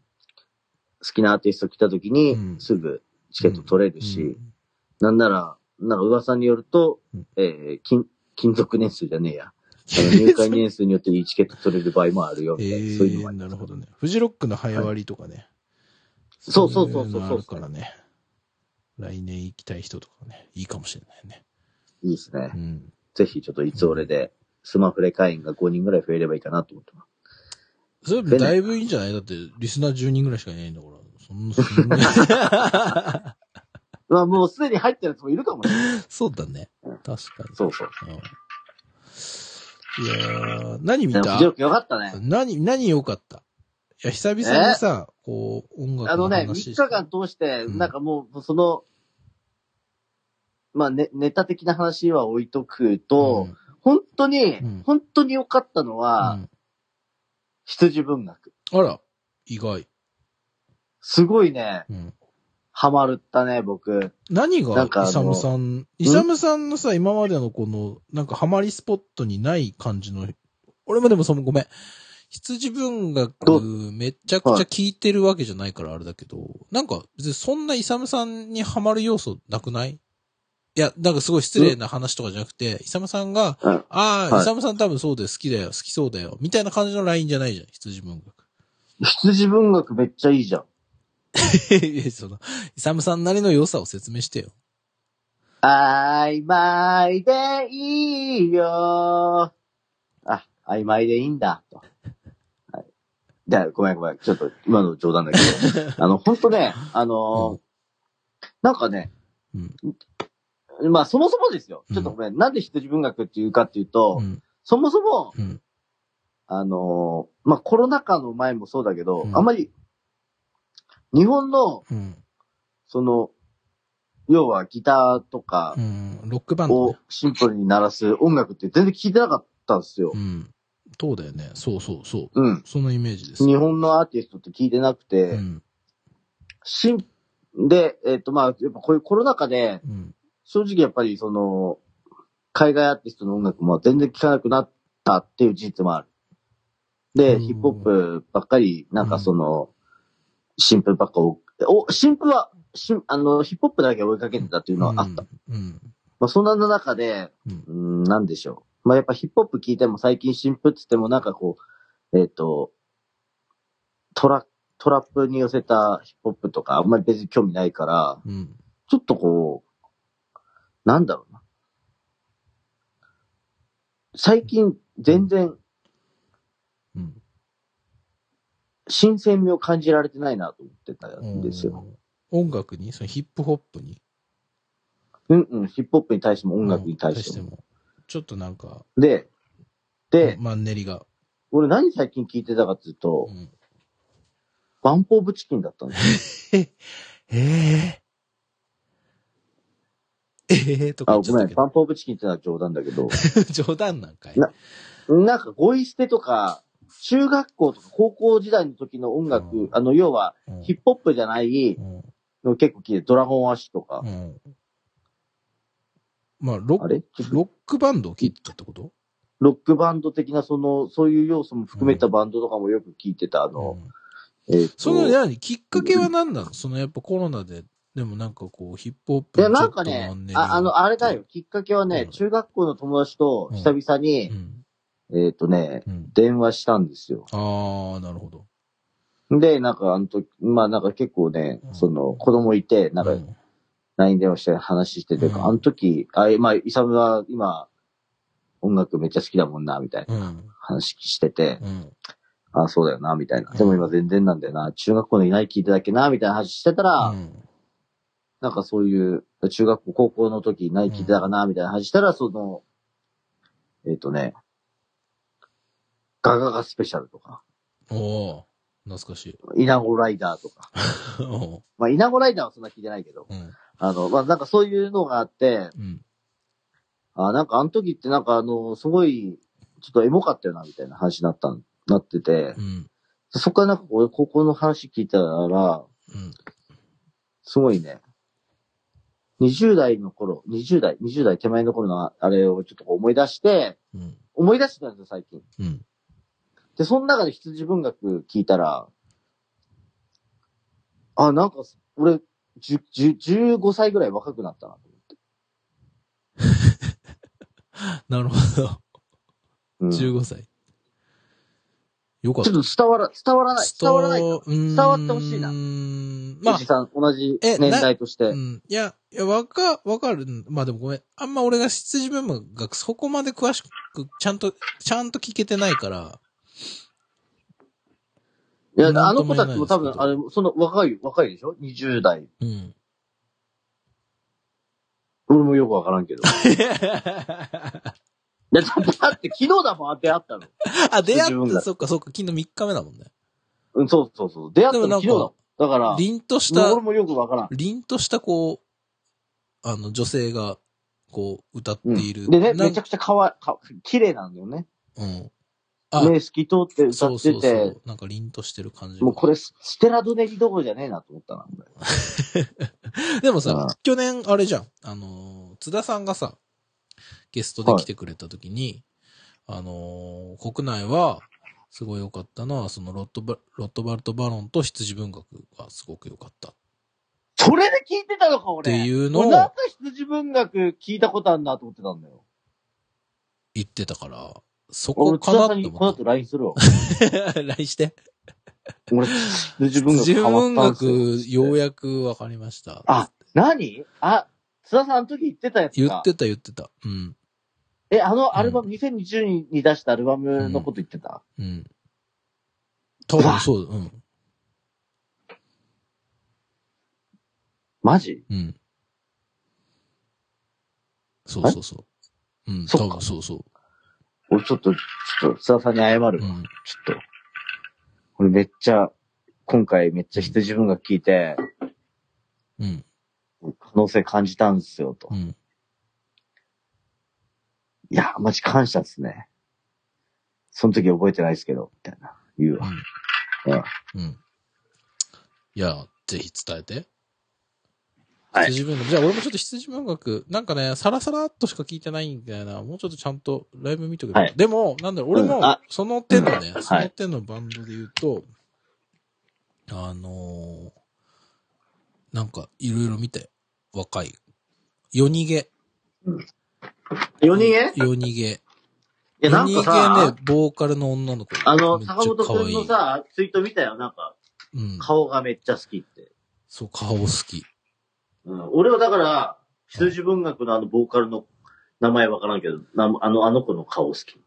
好きなアーティスト来た時
う
に
ん、
すぐチケット取れるし、
うん
なんなら、なんか噂によると、
うん
えー、金、金属年数じゃねえや。あの入会年数によっていいチケット取れる場合もあるよ
え
みたいな、そういうの
ー
もあり
な
ま
る
す
ほどね。フジロックの早割りとかね。
そうそうそうそう
いのあるからね。来年行きたい人とかね、いいかもしれないね。
いいですね
う。ん。
ぜひちょっといつ俺で、スマフレ会員が5人ぐらい増えればいいかなと思ってます。
それでもだいぶいいんじゃないだって、リスナー10人ぐらいしかいないんだから。そんな、そん な
まあもうすでに入ってるやつもいるかもね。
そうだね。確かに。
そうそう。
うん。いやー、何見
でも、藤
た
岡よかったね。
何、何良かったいや、久々にさ、こう、音楽
あ
の
のね、3
話
日
して
間通して、
うん
なんかもう、その、まあ、ね、ネタ的な話は置いとくと、
うん
本当に、
うん
本当に良かったのは、
うん
羊文学。
あら、意外。
すごいね、
うん。
ハマったね、僕。
何
な
が、
んかあ
イ
の
サムさん、イサムさんのさ、今までのこの、なんかハマりスポットにない感じの、俺もでもそのごめん。羊文
ど
学、めちゃくちゃ聞いてるわけじゃないからあれだけど、なんか別にそんなイサムさんにハマる要素なくないいや、なんかすごい失礼な話とかじゃなくて、イサムさんが、
うん
ああ、
はい
イサムさん多分そうで好きだよ、好きそうだよ、みたいな感じのラインじゃないじゃん、羊文学。
羊文学めっちゃいいじゃん。
いやその、イサムさんなりの良さを説明してよ。
曖昧でいいよ。あ、曖昧でいいんだ、と。はいで、ごめんごめん。ちょっと、今の冗談だけ ど。あの、ほんとね、あのー
う
なんかね、
うん
まあ、そもそもですよ。ちょっと
うん
ごめん。なんで羊文学っていうかっていうと、
うん。
そもそも、
うん。
あのーまあ、コロナ禍の前もそうだけど、
うん
あんまり、日本の、
うん。
その、要はギターとか
うん、ロックバンド、
を
ね。
シンプルに鳴らす音楽って全然聞いてなかったんですよ
う。ん。そうだよね。そうそうそう。
うん。
そのイメージです。
日本のアーティストって聞いてなく
う
て、
ん。
シンで、えっ、とまあ、やっぱこういうコロナ禍で、
うん。
正直やっぱりその、海外アーティストの音楽も全然聴かなくなったっていう事実もある。で、
うん
ヒップホップばっかり、なんかその、新婦ばっかを、お、新婦は、しあの、ヒップホップだけ追いかけてたっていうのはあった。
うん。うん。
まあ、そんな中で、
うん
うーん、なんでしょう。まあ、やっぱヒップホップ聞いても最近新婦っつってもなんかこう、えっ、と、トラ、トラップに寄せたヒップホップとかあんまり別に興味ないから、
うん。
ちょっとこう、なんだろうな。最近、全然、
うん。
新鮮味を感じられてないなと思ってた
うん
んですよ。。
音楽に、そのヒップホップに。
うんうん、ヒップホップに対しても音楽に対して
う
も。
ん。ちょっとなんか、
で、で、
マンネリが。
俺何最近聞いてたかっていうと
う、ん、
バンポーブチキンだったんですよ。
ええええとか
あ、
言っち
ご
ゃった
めん、
け
バンポーブチキンってのは冗談だけど、
ど。 冗談なんかい。
ななんかゴイ捨てとか、中学校とか高校時代の時の音
う
楽
ん、
あの、要は
うん
ヒップホップじゃない
うん
の結構聞いて、ドラゴンアッシュとか
う、ん。まあ、ロ
あ
ッ
れ
ク、ロックバンドを聴いてたってこと
ロックバンド的な、その、そういう要素も含めたバンドとかもよく聞いてた、あ
う
の、
ん
えっ、
その、
と、
何きっかけは何なのそのやっぱコロナで、でもなんかこう、ヒップホッ
い
プ
や、
のち
な
ょ
ん
っ
か
と
ね
マンネ、リが
ああの、あれだよ。。きっかけは
う
ね
ん、
中学校の友達と久々
う
に、
ん。
えっ、とね、
うん。
電話したんですよ。
ああ、なるほど。
で、なんか、あの時、まあなんか結構ね
う、ん
その、子供いて、なん
う
か、
ん
LINE 電話して話してて、
うん
あの時、あ、まあ、イサムは今、音楽めっちゃ好きだもんな、みたいな
うん。
話してて、
うん。
あ、そうだよな、みたいな。
うん
でも今全然なんだよな、中学校のいない聞いてだけな、みたいな話してたら、
うん
なんかそういう、中学校、高校の時何聞いてたかな、みたいな話したら、その、えっ、とね、ガガガスペシャルとか、
おお懐かしい。
イナゴライダーとか。
お
まあ、イナゴライダーはそんな聞いてないけど、
ーうん。
あの、まあ、なんかそういうのがあって、
うん。
あなんかあの時ってなんかあの、すごい、ちょっとエモかったよな、みたいな話になったん、なってて
う、ん。
そっからなんか俺高校の話聞いたら、
うん。
すごいね、20代の頃、20代、20代手前の頃のあれをちょっとこう思い出して、
うん。
思い出してたんですよ、最近。
うん。
で、その中で羊文学聞いたら、あ、なんか、俺、じゅじゅ15歳ぐらい若くなったなと思って。
なるほど。
うんちょっ
15歳。よかった。
と伝わら、伝わらない、伝わらない。
伝
伝わってほしいな
ま
ま
あ
あ、さん、同じ
え
年代として。
うん。いや、いや、わか、わかる。まあでもごめん。あんま俺が羊文学がそこまで詳しく、ちゃんと、ちゃんと聞けてないから。
いや、
なん
あ
と
の
も言
子
え
た
ない
ち
で
も
すけど
多分、あれ、その若い、若いでしょ ?20 代。
うん。
俺もよくわからんけど。だってだって昨日だもん、出会ったの。
あ、出会
羊文
って、
学
そっかそっか、昨日3日目だもんね。
うん、そうそうそう。出会った
でも
の
なんか
昨日だもん。だから、
凛とし
もう俺
た、
もよくわからん。
凛としたこう、あの、女性が、こう、歌って
うん
いる。
でね、
なん
めちゃくちゃかわ、か、綺麗なんだよね。
うん。あ、
目透き通って歌
そう
っ
そう
て
そ
て
う、。なんか凛としてる感じが。
もうこれ、スステラドネリどころじゃねえなと思ったな。
でも
う
さ
ん、
去年、あれじゃん。あのー、津田さんがさ、ゲストで来てくれた時に、あのー、国内は、すごい良かったのは、そのロットバ、ロットバルト・バロンと羊文学がすごく良かったっ
それで聞いてたのか、俺。
ていうのを
俺なんか羊文学聞いたことあるなと思ってたんだよ。
言ってたから、そこ
俺、
か
津
な
田さん
って
にこの
思っ
後 LINE するわ。
て。来して。
俺、羊 文
羊
学ハ
文
マった
学、
んですよ。
ようやく分かりました。
あ、何あ、津田さんあの時言ってたやつ
言
か
っ。てた言ってた。うん。
え、あのアルバム、2020に出したアルバムのこと言ってた、
うん。多分そうだ。うん。
マジ
うん。そうそうそう。うん、
そっ
多
か
分そうそ
俺ちょっと、ちょっと津田さんに謝るわ。
う。うん。
ちょっと。俺めっちゃ、今回めっちゃ羊文学聞いて、
うん。
こ能性感じたんですよ、と
う。ん。
いや、マジ感謝っすね。その時覚えてないですけど、みたいな。言うわ。
うん。いや、ぜひ伝えて。
はい
羊文学。じゃあ俺もちょっと羊文学、なんかね、さらさらっとしか聞いてないんだよな。もうちょっとちゃんとライブ見とけば。
はい
でも、なんだろう、俺
う
も
んあ、
その手のね、
はい
その手のバンドで言うと、あのーなんか、いろいろ見て、若い。夜逃げ。
4人え
夜逃げ。
いや、
夜
なんか
逃げ
さ
ね、、ボーカルの女の子。
あの、
めっちゃ
坂本
可愛
く
い
んのさ、ツイート見たよ。なんか、
うん。
顔がめっちゃ好きって。
そう、顔好き。
うん。俺はだから、羊文学のあの、ボーカルの名前わからんけど、なあの、あの子の顔好き。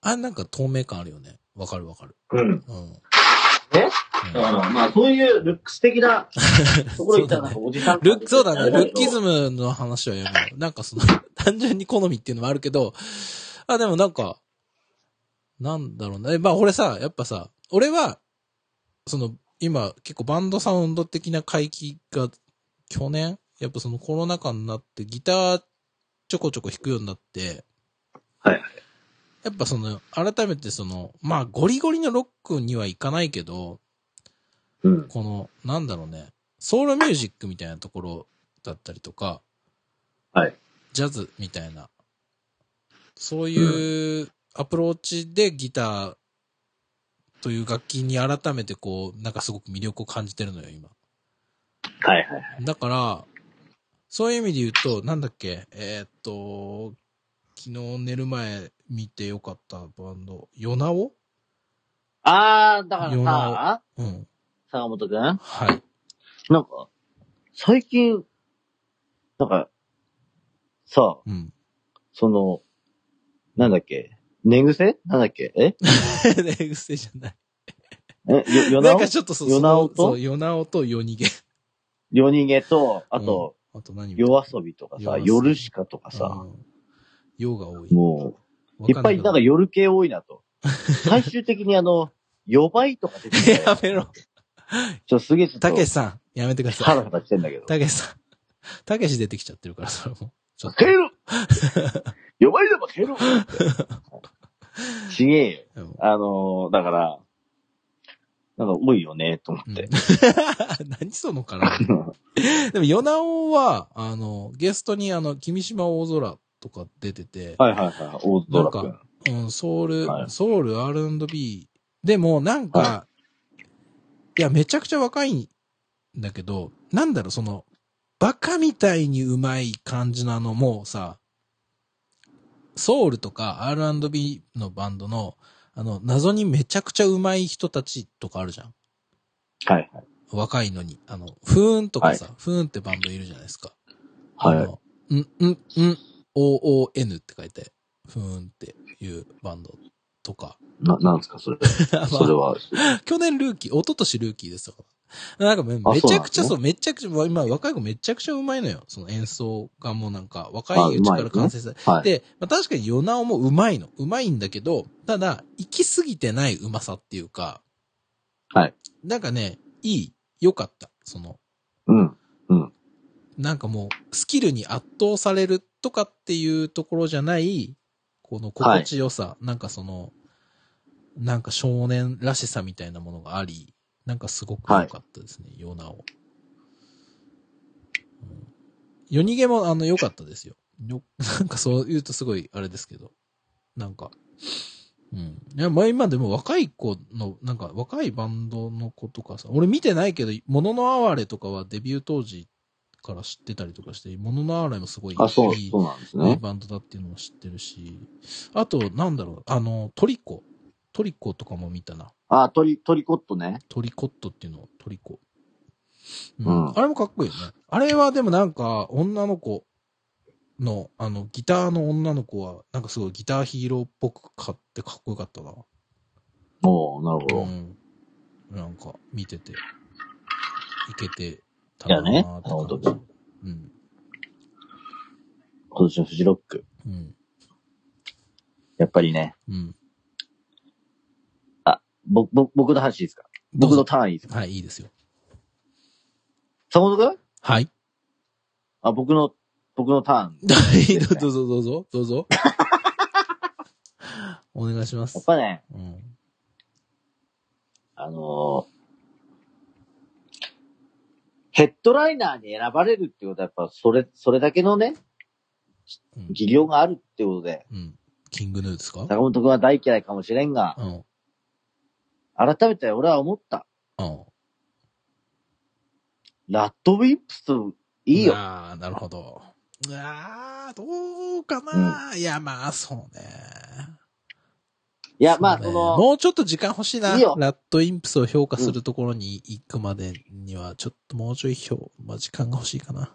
あ、なんか透明感あるよね。わかるわかる。
うん。
うん。
え
うん
だから、まあ、そういうルックス 的なところにいたら、なんかおじさん
ルック、そうだね。ルッキズム
ム。
の話はやめよう。なんかそ の、単純に好みっていうのもあるけど、あ、でもなんか、なんだろうね。まあ俺さ、やっぱさ、俺は、その、今結構バンドサウンド的な回帰が、去年やっぱそのコロナ禍になってギターちょこちょこ弾くようになって、
はい。
やっぱその、改めてその、まあゴリゴリのロックにはいかないけど、
うん。
この、なんだろうね、ソウルミュージックみたいなところだったりとか、
はい。
ジャズみたいな、そういうアプローチでギターという楽器に改めてこう、なんかすごく魅力を感じてるのよ、今。
はいはい。
だから、そういう意味で言うと、なんだっけ、えーっと、昨日寝る前見てよかったバンド、ヨナオ
あー、だから
よ
さ
な、うん。
坂本くんなん
はい。
か、最近、なんか、さ、
うん。
その、なんだっけ寝癖なんだっけえ
エグセじゃない。
えよ、よ
な
なんお
かちょっとそう、
夜なおと
そう、夜なおと夜逃げ。
夜逃げと、あと、
あと何
夜遊びとか
夜
さ、
遊び
夜しかとかさ、
うん夜が多い。
もう、いっぱいなんか
夜。
夜系多い なと。最終的にあの、夜倍とか出てきた よ
やめろ。
ちょっとすげえちょった
けし
と、
さん、やめてくだ
ハ
さ
ラ
い
ハ。ラしてんだけど。
たけしさん。たけし出てきちゃってるから、それも。ちょっと
帰。 る夜倍でも帰るちげえ
う
よ。
ん
あのー、だから、なんか多いよね、と思
う
っ
ん
て。
何そのから。 でも、ヨナオは、あの、ゲストに、あの、君島大空とか出てて、
はいはいはい、大空く
なん
ん。
うん、ソウル、
はい
ソウル R&B。でも、なんか、、
はい
や、めちゃくちゃ若いんだけど、なんだろう、その、バカみたいにうまい感じのあの、もうさ、ソウルとか R&B のバンドの、あの、謎にめちゃくちゃうまい人たちとかあるじゃん。
はい
若いのに。あの、ふーんとかさ、ふーんってバンドいるじゃないですか。
はい。
あ
はい。
のん、ん、ん、OON って書いて、ふーんっていうバンドとか。
な、なんですか、それ。
まあ
それは。
去年ルーキー、一昨年ルーキーですとか。なんかめ
あ
めちゃくちゃ
そう
そ
な
う、めちゃくちゃ、今若い子めちゃくちゃうまいのよ。その演奏がもうなんか、若
あ
いううち
まい
から完成され
はい。
で、まあ、確かにヨナオもうまいの。うまいんだけど、ただ、行き過ぎてないうまさっていうか、
はい。
なんかね、いい、良かった。その、
うん。
なんかもう、スキルに圧倒されるとかっていうところじゃない、この心地よさ、なんかその、なんか少年らしさみたいなものがあり、なんかすごく良かったですね、ヨナを。うん夜逃げもあの良かったですよ。よ なんかそう言うとすごいあれですけど、なんか、うん。いや、まあ今でも若い子の、なんか若いバンドの子とかさ、俺見てないけど、もののあれとかはデビュー当時から知ってたりとかして、もののあれもすごいいい
あ、そう、
いい
そうなんです
いい
ね。
バンドだっていうのも知ってるし、あと、なんだろう、あの、トリコ。トリコとかも見たな。
あ、トリ、トリコットね。
トリコットっていうの、トリコ。うん。
うん
あれもかっこいいよね。あれはでもなんか、女の子の、あの、ギターの女の子は、なんかすごいギターヒーローっぽく買ってかっこよかったな。
おー、なるほ
う
ど。
ん。なんか、見てて、いけてた
いや
な
ね
ーって
本当
感
に
じ。うん。
今年のフジロック。
うん。
やっぱりね。
うん。
僕、僕、僕の話いいですか
どう
僕の
ぞ。
ターンいいですか
はい、いいですよ。
坂本くん
はい。
あ、僕の、僕のターン。
はい、どうぞどうぞ、どうぞ。 お願いしま
やっ
す。
ぱね、
うん。
あのーヘッドライナーに選ばれるってことは、やっぱ、それ、それだけのね、
うん
技量があるってことで、
うん。キングヌーですか
坂本くんは大嫌いかもしれんが、
うん。
改めて俺は思った。
うん。
ラッドウィンプス、いいよ。
ああ、なるほど。ああ、どうかな、いや、まあ、そうね。
いや、まあ、
そう
そ
ね
の、
もうちょっと時間欲しいな。
いいよ
ラッドインプスを評価するところに行くまでには、ちょっともうちょい評、まあ、時間が欲しいかな。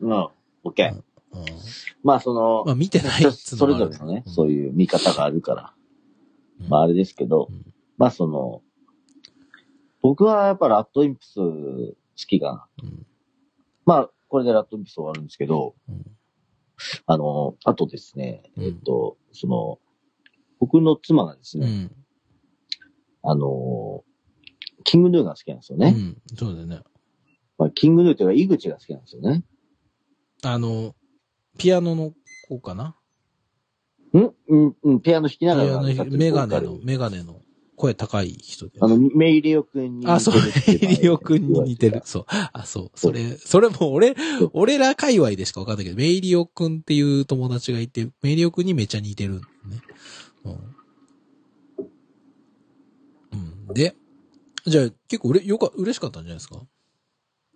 うん、オッケ
う
ー。
ん。
まあ、その、
まあ、見てないっつう
そ
の
れ
もあ
ぞ
る
れのね、
うん
そういう見方があるから、
うん
まあ、あれですけど、
うん
まあ、その、僕はやっぱラッドインプス好きかな。
うん
まあ、これでラッドインプス終わるんですけど、
うん
あの、あとですね、
うん
えっと、その、僕の妻がです
う
ね、
ん。
あの、キングヌーが好きなんですよね。
うん。そうだよね。
まあ、キングヌーというか、井口が好きなんですよね。
あの、ピアノの子かなん
うん、うん、ペアの弾き
ピ
な
ア
が
ノ
ら歌ってる
メガ
ボー
ネ
カル
の、メガネの声高い人で。
あの、メイリオくんに似てる
あ、そう、
っていう
ヘリオくんに似て
言われ
る。そう。あ、そう。それ、それも俺
そう、
俺ら界隈でしかわかんないけど、メイリオくんっていう友達がいて、メイリオくんにめっちゃ似てるんだね。うん。うん。で、じゃあ結構うれ、よか、嬉しかったんじゃないですか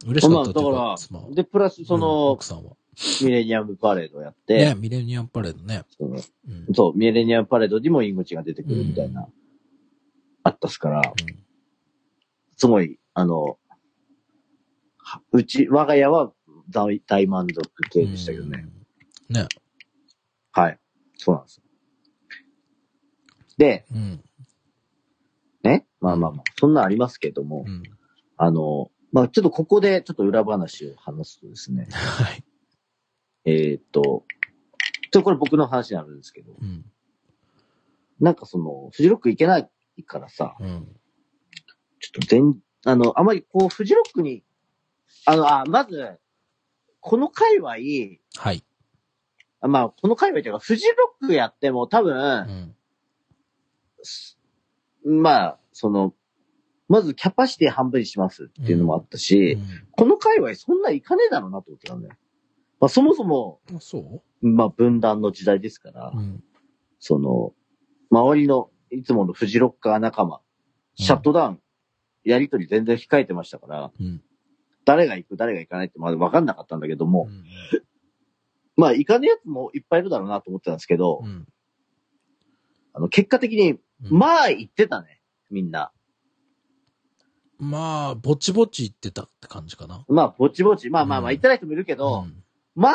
嬉しかったっていう
まあだから
か、妻
て。で、プラスそ
うん
の、
奥さんは。
ミレニアムパレードをやって、
ね、ミレニアムパレードね。
その
うん。
そう、ミレニアムパレードにも井口が出てくるみたいな、
う
あったっすから、すごい、あの、はうち、我が家は大大満足系でしたけどね。
うん。ね。
はい。そうなんですよ。で、
うん。
ね、まあまあまあ、そんなんありますけども、
うん。
あの、まあちょっとここでちょっと裏話を話すとですね、
はい。
えーっと、ちょ、これ僕の話になるんですけど、
うん。
なんかその、フジロック行けないからさ、
うん。
ちょっと全、あの、あまりこう、フジロックに、あの、あ、まず、この界隈、
はい。
あまあ、この界隈というか、フジロックやっても多
う
分、
ん。
すまあ、その、まずキャパシティ半分にしますっていうのもあったし、
うん
この界隈そんな行かねえだろうなと思ってたんだよ。まあ、そもそも、
あ、そ
まあ、分断の時代ですから
う、うん。
その、周りの、いつものフジロッカー仲間、シャットダウン、やりとり全然控えてましたから、
うん。
誰が行く、誰が行かないってまだ分かんなかったんだけど
う
も、
ん
まあ行かねえやつもいっぱいいるだろうなと思ってたんですけど、
うん。
あの、結果的に、
うん
まあ行ってたね、みんな。
まあ、ぼちぼち言ってたって感じかな。
まあ、ぼちぼち、まあまあま
う
あ
ん
行ってない人もいるけど、
うん
まあ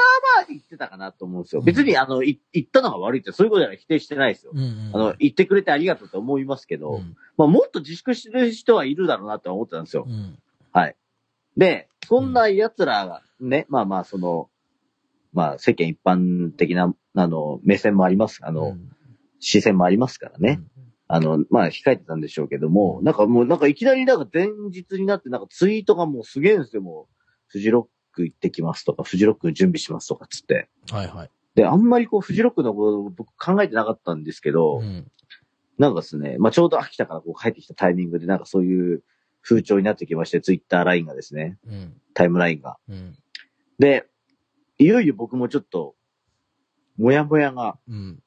行ってたかなと思うんですよ。
うん
別にあの、い行ったのが悪いってそういうことじゃない否定してないですよ。
うん。
あの、行ってくれてありがとうと思いますけど、
うん、
まあもっと自粛してる人はいるだろうなとは思ってたんですよ
う。ん。
で、そんな奴らがね、まあまあその、まあ世間一般的な、あの、目線もあります。あ
あ
の、視線もありますからね。。あの、まあ、控えてたんでしょうけども、なんかもう、なんかいきなりなんか前日になって、なんかツイートがもうすげえんですよ、もう。フジロック行ってきますとか、フジロック準備しますとかっつって。
はいはい。
で、あんまりこう、フジロックのことを僕考えてなかったんですけど、
うん。
なんかですね、まあ、ちょうど秋田からこう帰ってきたタイミングで、なんかそういう風潮になってきまして、ツイッターラインがですね、
うん。
タイムラインが。
うん。
で、いよいよ僕もちょっと、もやもやが、
うん。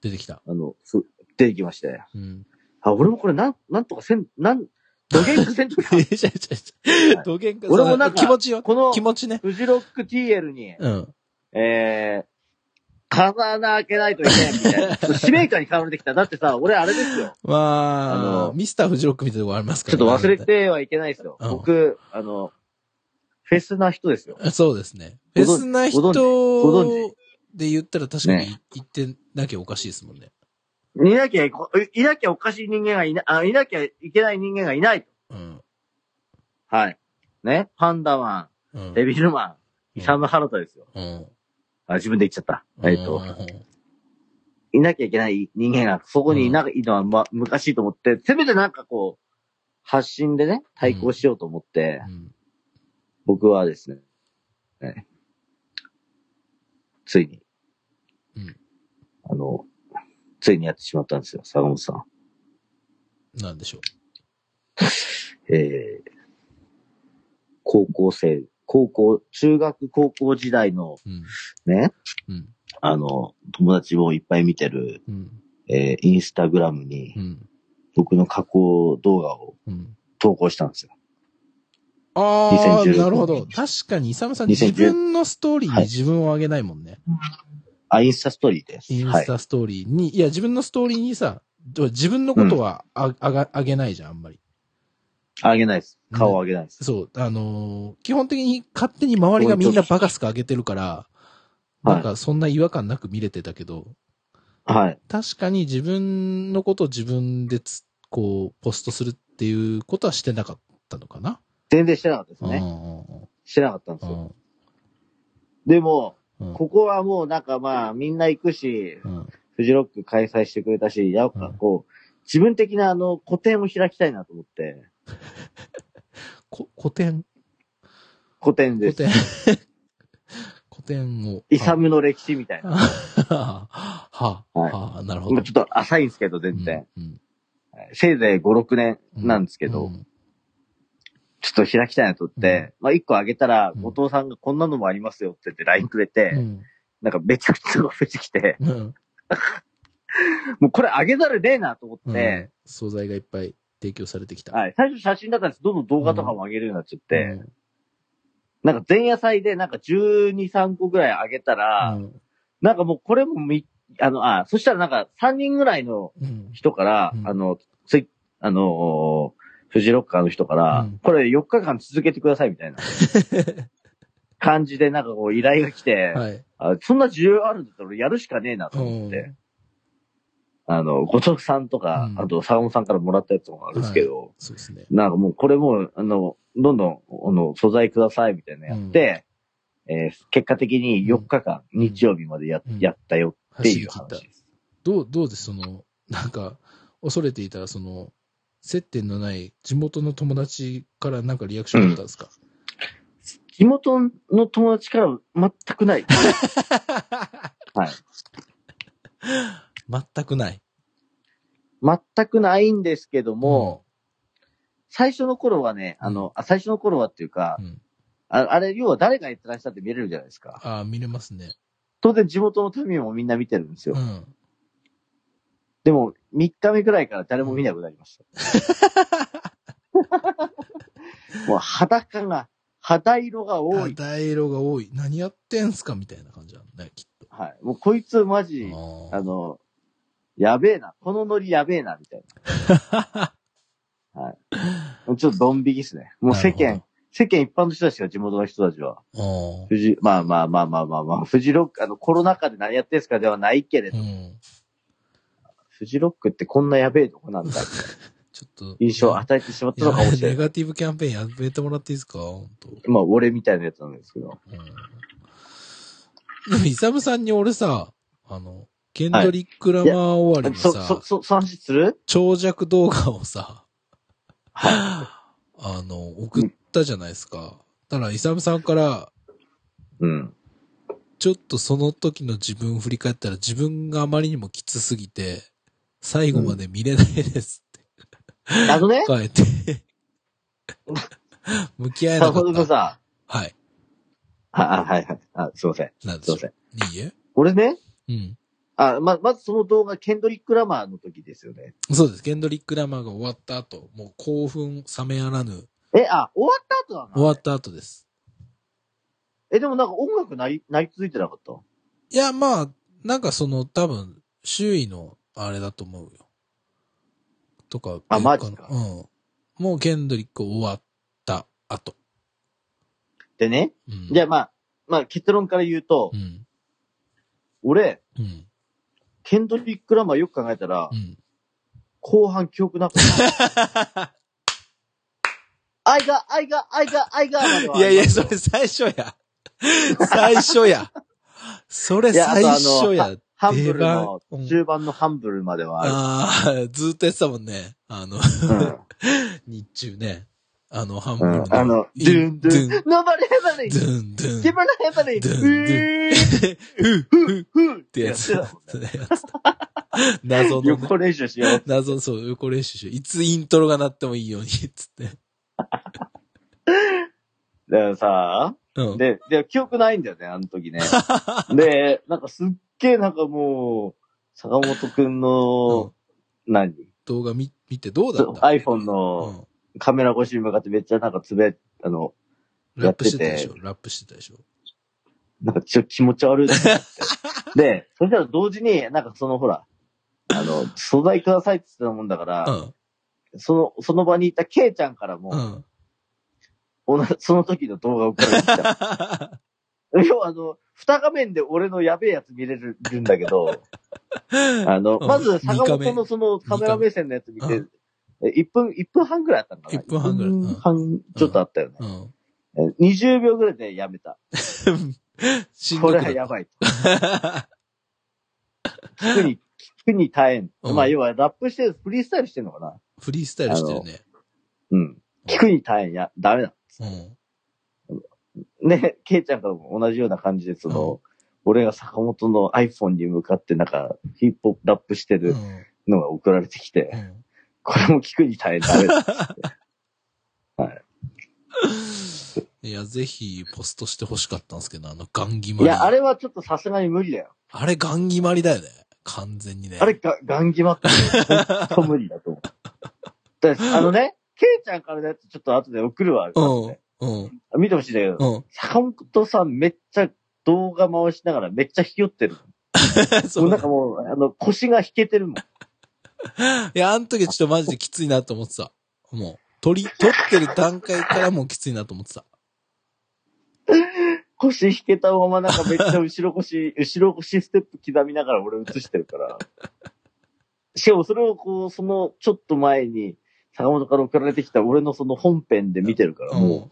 出てきた。
あの、ふ出てきまして、
うん。
あ、俺もこれなん、なんとかせん、なん、どげんかせんとか
え、 ちゃちゃちゃ。どげんか。
俺
そ
も
の
なんか
気持ちよ。
この
気、持ちね。
フジロック TL に、
うん。
えー、風穴開けないといけないみたい な。使命感に変われてきた。だってさ、俺あれですよ。
ま
あ
あ
の、
ミスターフジロックみたいなとこありますか
ちょ
ら
っ
ね
と忘れ。てはいけないですよ。
うん
僕、あの、フェスな人ですよ。
そうですね。フ
ご
ェ
存
スな人
ご存
で言ったら確かに
ね
言ってなきゃおかしいですもんね。
いなきゃ、こいなきゃおかしい人間がいない、あいなきゃいけない人間がいないと。
うん。
はい。ね。パンダマ
うん
ン、デビルマン、イサムハロタですよ。
うん。
あ、自分で言っちゃった。えっと
う、ん。
いなきゃいけない人間が、そこにいないのは、ま、難しいと思って、せめてなんかこう、発信でね、対抗しようと思って、
うん
僕はですね、ねついに。
うん
あの、ついにやってしまったんですよ、坂本さん。
なんでしょう。
えー、高校生、高校、中学高校時代の
うん。
ね、
うん。
あの、友達をいっぱい見てる、
うん。
えー、インスタグラムに
う、ん。
僕の加工動画を
うん。
投稿したんですよ。
ああ、
2016
なるほど。確かに、イサムさん、
2010
自分のストーリーに
はい
自分をあげないもんね。
あ、インスタストーリーです。
イン
は
ス
い。
タストーリーに、いや、自分のストーリーにさ、自分のことはあ、あが、あげないじゃん、あんまり。
あげないです。顔をあげないです。
そう、あのー基本的に勝手に周りがみんなバカスカ上げてるから、
はい
なんかそんな違和感なく見れてたけど、
はい。
確かに自分のことを自分でつ、こう、ポストするっていうことはしてなかったのかな。
全然してなかったです
うん
ね。してなかったんです
うんう
よ。
ん
でも、
うん
ここはもうなんかまあ、みんな行くし、
うんうん
フジロック開催してくれたし、やっぱこう、自分的なあの、個展を開きたいなと思って、
こ古典
個展で
古
す。
典 古典を。
イサムの歴史みたいな。
あ はあ、
はい
はあ、なるほ
ま
ど
あ。ちょっと浅いんですけど、全然。
うんうん
せいぜい5、6年
うん
なんですけど、
うん
ちょっと開きたいなと思って、まあ1個あげたら、
うん
後藤さんがこんなのもありますよって言って LINE くれて、
うん
なんかめちゃくちゃ増えてきて、
うん
もうこれあげざるねえなと思
う
っ
ん
て、
素材がいっぱい提供されてきた。
はい。最初写真だったんです。どんどん動画とかもあげるようになっちゃって、
うん
なんか前夜祭でなんか12、3個ぐらいあげたら、
うん
なんかもうこれもみ、あの、あ、そしたらなんか3人ぐらいの
うん
人から、
うん
あの、つい、あのーフジロッカーの人から、
うん
これ4日間続けてくださいみたいな感じでなんかこう依頼が来て、
はい。
あそんな需要あるんだったら俺やるしかねえなと思って、
うん。
あの、後藤さんとか、
うん
あと沢本さんからもらったやつもあるんですけど、
そうですね。
なんかもうこれもう、あの、どんどん、あの、素材くださいみたいなのやって、えー結果的に4日間、
うん
日曜日までや,、
うん
やったよって
走
い
り
う
切っ
話
た
です。。
どう、どうですその、なんか、恐れていた、その、接点のない地元の友達からなんかリアクションあったんですか、
地元の友達から全 くない。はい。
全くない。
全くないんですけども、最初の頃はね、あの、あ最初の頃はっていうか
う、ん。
ああれ、要は誰がやってらっしゃって見れるじゃないですか。
ああ、見れますね。
当然地元の民もみんな見てるんですよ。
うん。
でも、3日目くらいから誰も見なくなりま した。もう裸が、肌色が多い。
肌色が多い。何やってんすかみたいな感じなんだね、きっと。
はい。もうこいつマジ、あ
あ
の、やべえな。このノリやべえな、みたい
ー
な。ちょっとドン引きっすね。もう世間、世間一般の人たちが地元の人たちは。
なるほど。
富士、まあまあまあまあまあまあ、富士ロック、あの、コロナ禍で何やってんすかではないけれ
ああ。う
ど、
ん。
富士ロックってこんなやべえとこなんだ、
ちょっと。
印象を与えてしまっ
い
た
や
のかもしれ
ネ
ない。
ガティブキャンペーンやめてもらっていいですか本当。
まあ、俺みたいなやつなんですけど。
うんでも、イサムさんに俺さ、あの、ケンドリック・ラマー終わりのさ、
そ、そ、そ、その話する
長尺動画をさ、
はい。
あの、送ったじゃないですか。ただ、イサムさんから、
うん。
ちょっとその時の自分を振り返ったら自分があまりにもきつすぎて、最後まで見れないですって
あのね、
書いて、向き合えな
さ
か
ほど
っ
く
た。
さ、
はい。
あ、あはいはい。あ、すいません。
なんです
い
しょ
ません
う。いいえ。
俺ね、
うん。
あ、ま、まずその動画、ケンドリック・ラマーの時ですよね。
そうです。ケンドリック・ラマーが終わった後、もう興奮冷めやらぬ、
え、あ、終わった後だ
終
な。
わった後です。
え、でもなんか音楽なり、なり続いてなかった
いや、まあ、なんかその、多分、周囲の、あれだと思うよ。とか。
あマジ
なん
か
うん。もう、ケンドリック終わった後。
でね、
うん。
じゃあまあ、まあ結論から言うと、
うん。
俺、
うん。
ケンドリック・ラマーよく考えたら
う、ん。
後半記憶なか った。愛が、愛が、愛が、愛が、まではい
やいや、そ
あり
れ最初や。最初や。それ
いやあ
最
とあの
初や。
ますけど。ハンブ
定
ルの
番うん、
中盤のハンブルまではある。
ああ、ずーっとやってたもんね。あの、
うん
日中ね。あの、半
う
分
ん。あの、ドゥンドゥン。
ドゥン、
ノーバレヘバレ
ドゥン、ドゥン。
ギブラヘバレう
ドゥン
ー
ふ
ふっふっっ
ってや つ。
やって
やつ謎の、ね、
横練習しよう。
謎の、そう、横練習しよう。いつイントロが鳴ってもいいように、つって。
だからさ、
うん。
で、で、記憶ないんだよね、あ の時ね。で、なんかすっげえなんかもう、坂本くん
うん
の、何
動画見見てどうだった
?iPhone
う
の
ん。
カメラ越しに向かってめっちゃなんかつぶやいあの、
ラップしてたでしょラップしてたでしょ
なんかちょっと気持 ち悪いなって。で、そしたら同時に、なんかそのほら、あの、素材くださいって言ってたもんだから、その、その場にいたケイちゃんから
うん。う
も、
ん。
おなその時の動画を送られてきた。 要はあの、二画面で俺のやべえやつ見れるんだけど、あの、
うん
まず坂
二画
本
面
のそのカメラ目線のやつ見て
うん、
え1分、1分半ぐらいあったんかな
一分半ぐらいうん
一分半ちょっとあったよね。
うん。
え20秒ぐらいでやめた。
しんどく
こ
な
れ
った
はやばい。聞くに、聞くに耐えん。
うん
まあ、要はラップしてる、フリースタイルしてんのかな
フリースタイルしてるね。
うん。聞くに耐えん。や、ダメだ。
うん。
ね、ケイちゃんからも同じような感じで、その、俺が坂本の iPhone に向かってなんか、ヒップホップラップして
う
る
ん。
のが送られてきて、
うん。
これも聞くに耐えられる。
いや、ぜひ、ポストしてほしかったんですけど、あの、ガンギマ
い
リ。
や、あれはちょっとさすがに無理だよ。
あれガンギマリだよね。完全にね。
あれが、ガンギマって、ほんと無理だと思う。だからあのね、ケイちゃんからのやつちょっと後で送るわ。
うん。うん。
見てほしいんだけど、
うん。
坂本さんめっちゃ動画回しながらめっちゃ引き寄ってる。
そ
もう
う
なんかもう、あの、腰が引けてるもん。
いや、あの時はちょっとマジできついなと思ってた。もう、取り、取ってる段階からもうきついなと思ってた。
腰引けたままなんかめっちゃ後ろ腰、後ろ腰ステップ刻みながら俺映してるから。しかもそれをこう、そのちょっと前に、坂本から送られてきた俺のその本編で見てるから、
う
も
ん。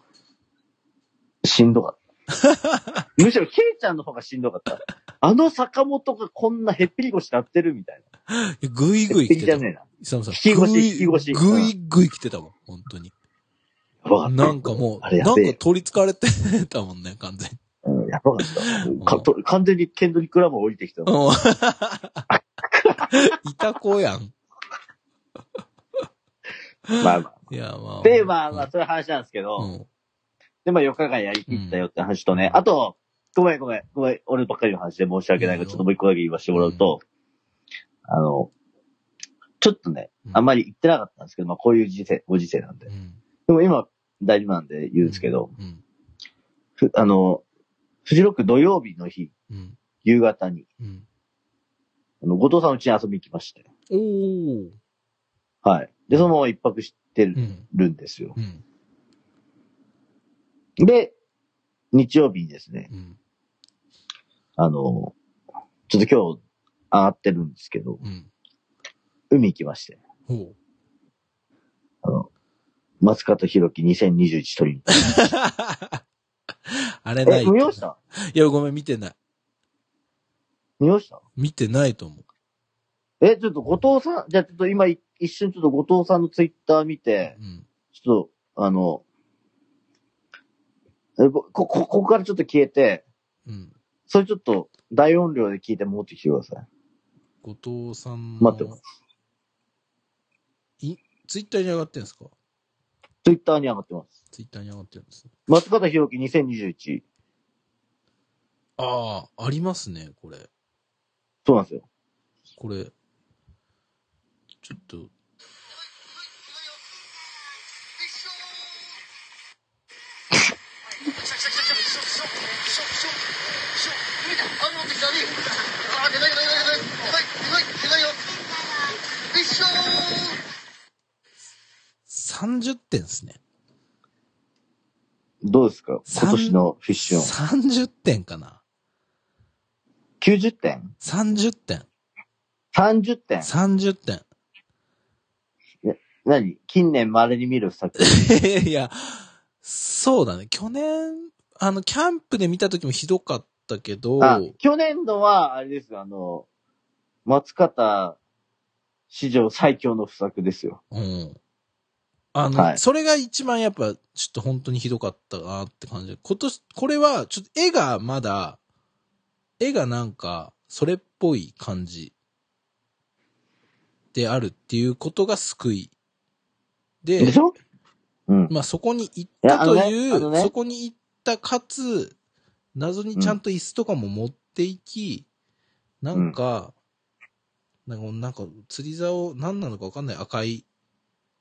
うしんどかった。むしろケイちゃんの方がしんどかった。あの坂本がこんなへっぴり腰なってるみたいな。
ぐいぐ
へ
い
っぴ
来て
りじ
た
ゃ
もん。
ねえな。
勇さん。
引き越し
ぐい
引き越し
ぐいぐい来てたもん、本当に。
やばかった。
なんかも
あ
う、
れや
なん
べ
か
え。
取り憑かれてたもんね、完全に。
うん、やばかった。か
うん
と完全にケンドリック・ラマー降りてきた。
うん。いた子やん。
まあま
いや、まあ。
あ。で、まあまあ、そういう話なんですけど、
うん。
で、まあ、4日間やりきったよって話とね、
うん
あと、ごめんごめん、ごめん、俺ばっかりの話で申し訳ない
いい
が、
よ
ちょっともう一個だけ言わせてもらうと、あの、ちょっとね、
うん
あんまり言ってなかったんですけど、まあ、こういう時世、ご時世なんで
う。ん。
でも今、大丈夫なんで言うんですけど、
うん。
ふあの、フジロック土曜日の日、
うん。
夕方に、
うん。
あの、後藤さんの家に遊びに来まして、
おー。
はい。で、そのまま一泊して
う
る
ん。
るんですよ。
うん。
で、日曜日にですね、
うん。
あの、ちょっと今日、上がってるんですけど、
うん。
海行きまして。
ほう。
あの、松方弘樹2021取り。
あれな
え、
い。
見ました
いや、ごめん、見てない。
見ました
見てないと思う。
え、ちょっと後藤さん、じゃあちょっと今い一瞬ちょっと後藤さんのツイッター見て、
うん。
ちょっと、あの、えこ、こ、ここからちょっと消えて、
うん。
それちょっと大音量で聞いて戻ってきてください。
後藤さんの。
待ってます。
い、ツイッターに上がってるんですか
ツイッターに上がってます。
ツイッターに上がってるんですね。
松方弘樹2021。
ああ、ありますね、これ。
そうなんですよ。
これ。ちょっと。30点ですね。
どうですか
さん
今年のフィッシュオン。
30点かな。
90点
30点。
?30 点
30点。
何近年稀に見る作品。
いや、そうだね。去年、あの、キャンプで見た時もひどかったけど、
あ、去年のは、あれですよ、あの、松方史上最強の不作ですよ。
うん。あの、
はい
それが一番やっぱ、ちょっと本当にひどかったなって感じ。今年、これは、ちょっと絵がまだ、絵がなんか、それっぽい感じであるっていうことが救い。で
で、しょ うん。
まあそこに行ったとい
いやあのねあ
う、
のね
そこに行ったかつ、謎にちゃんと椅子とかも持っていき、なんか、なんか、なんか釣り竿、何なのかわかんない赤い、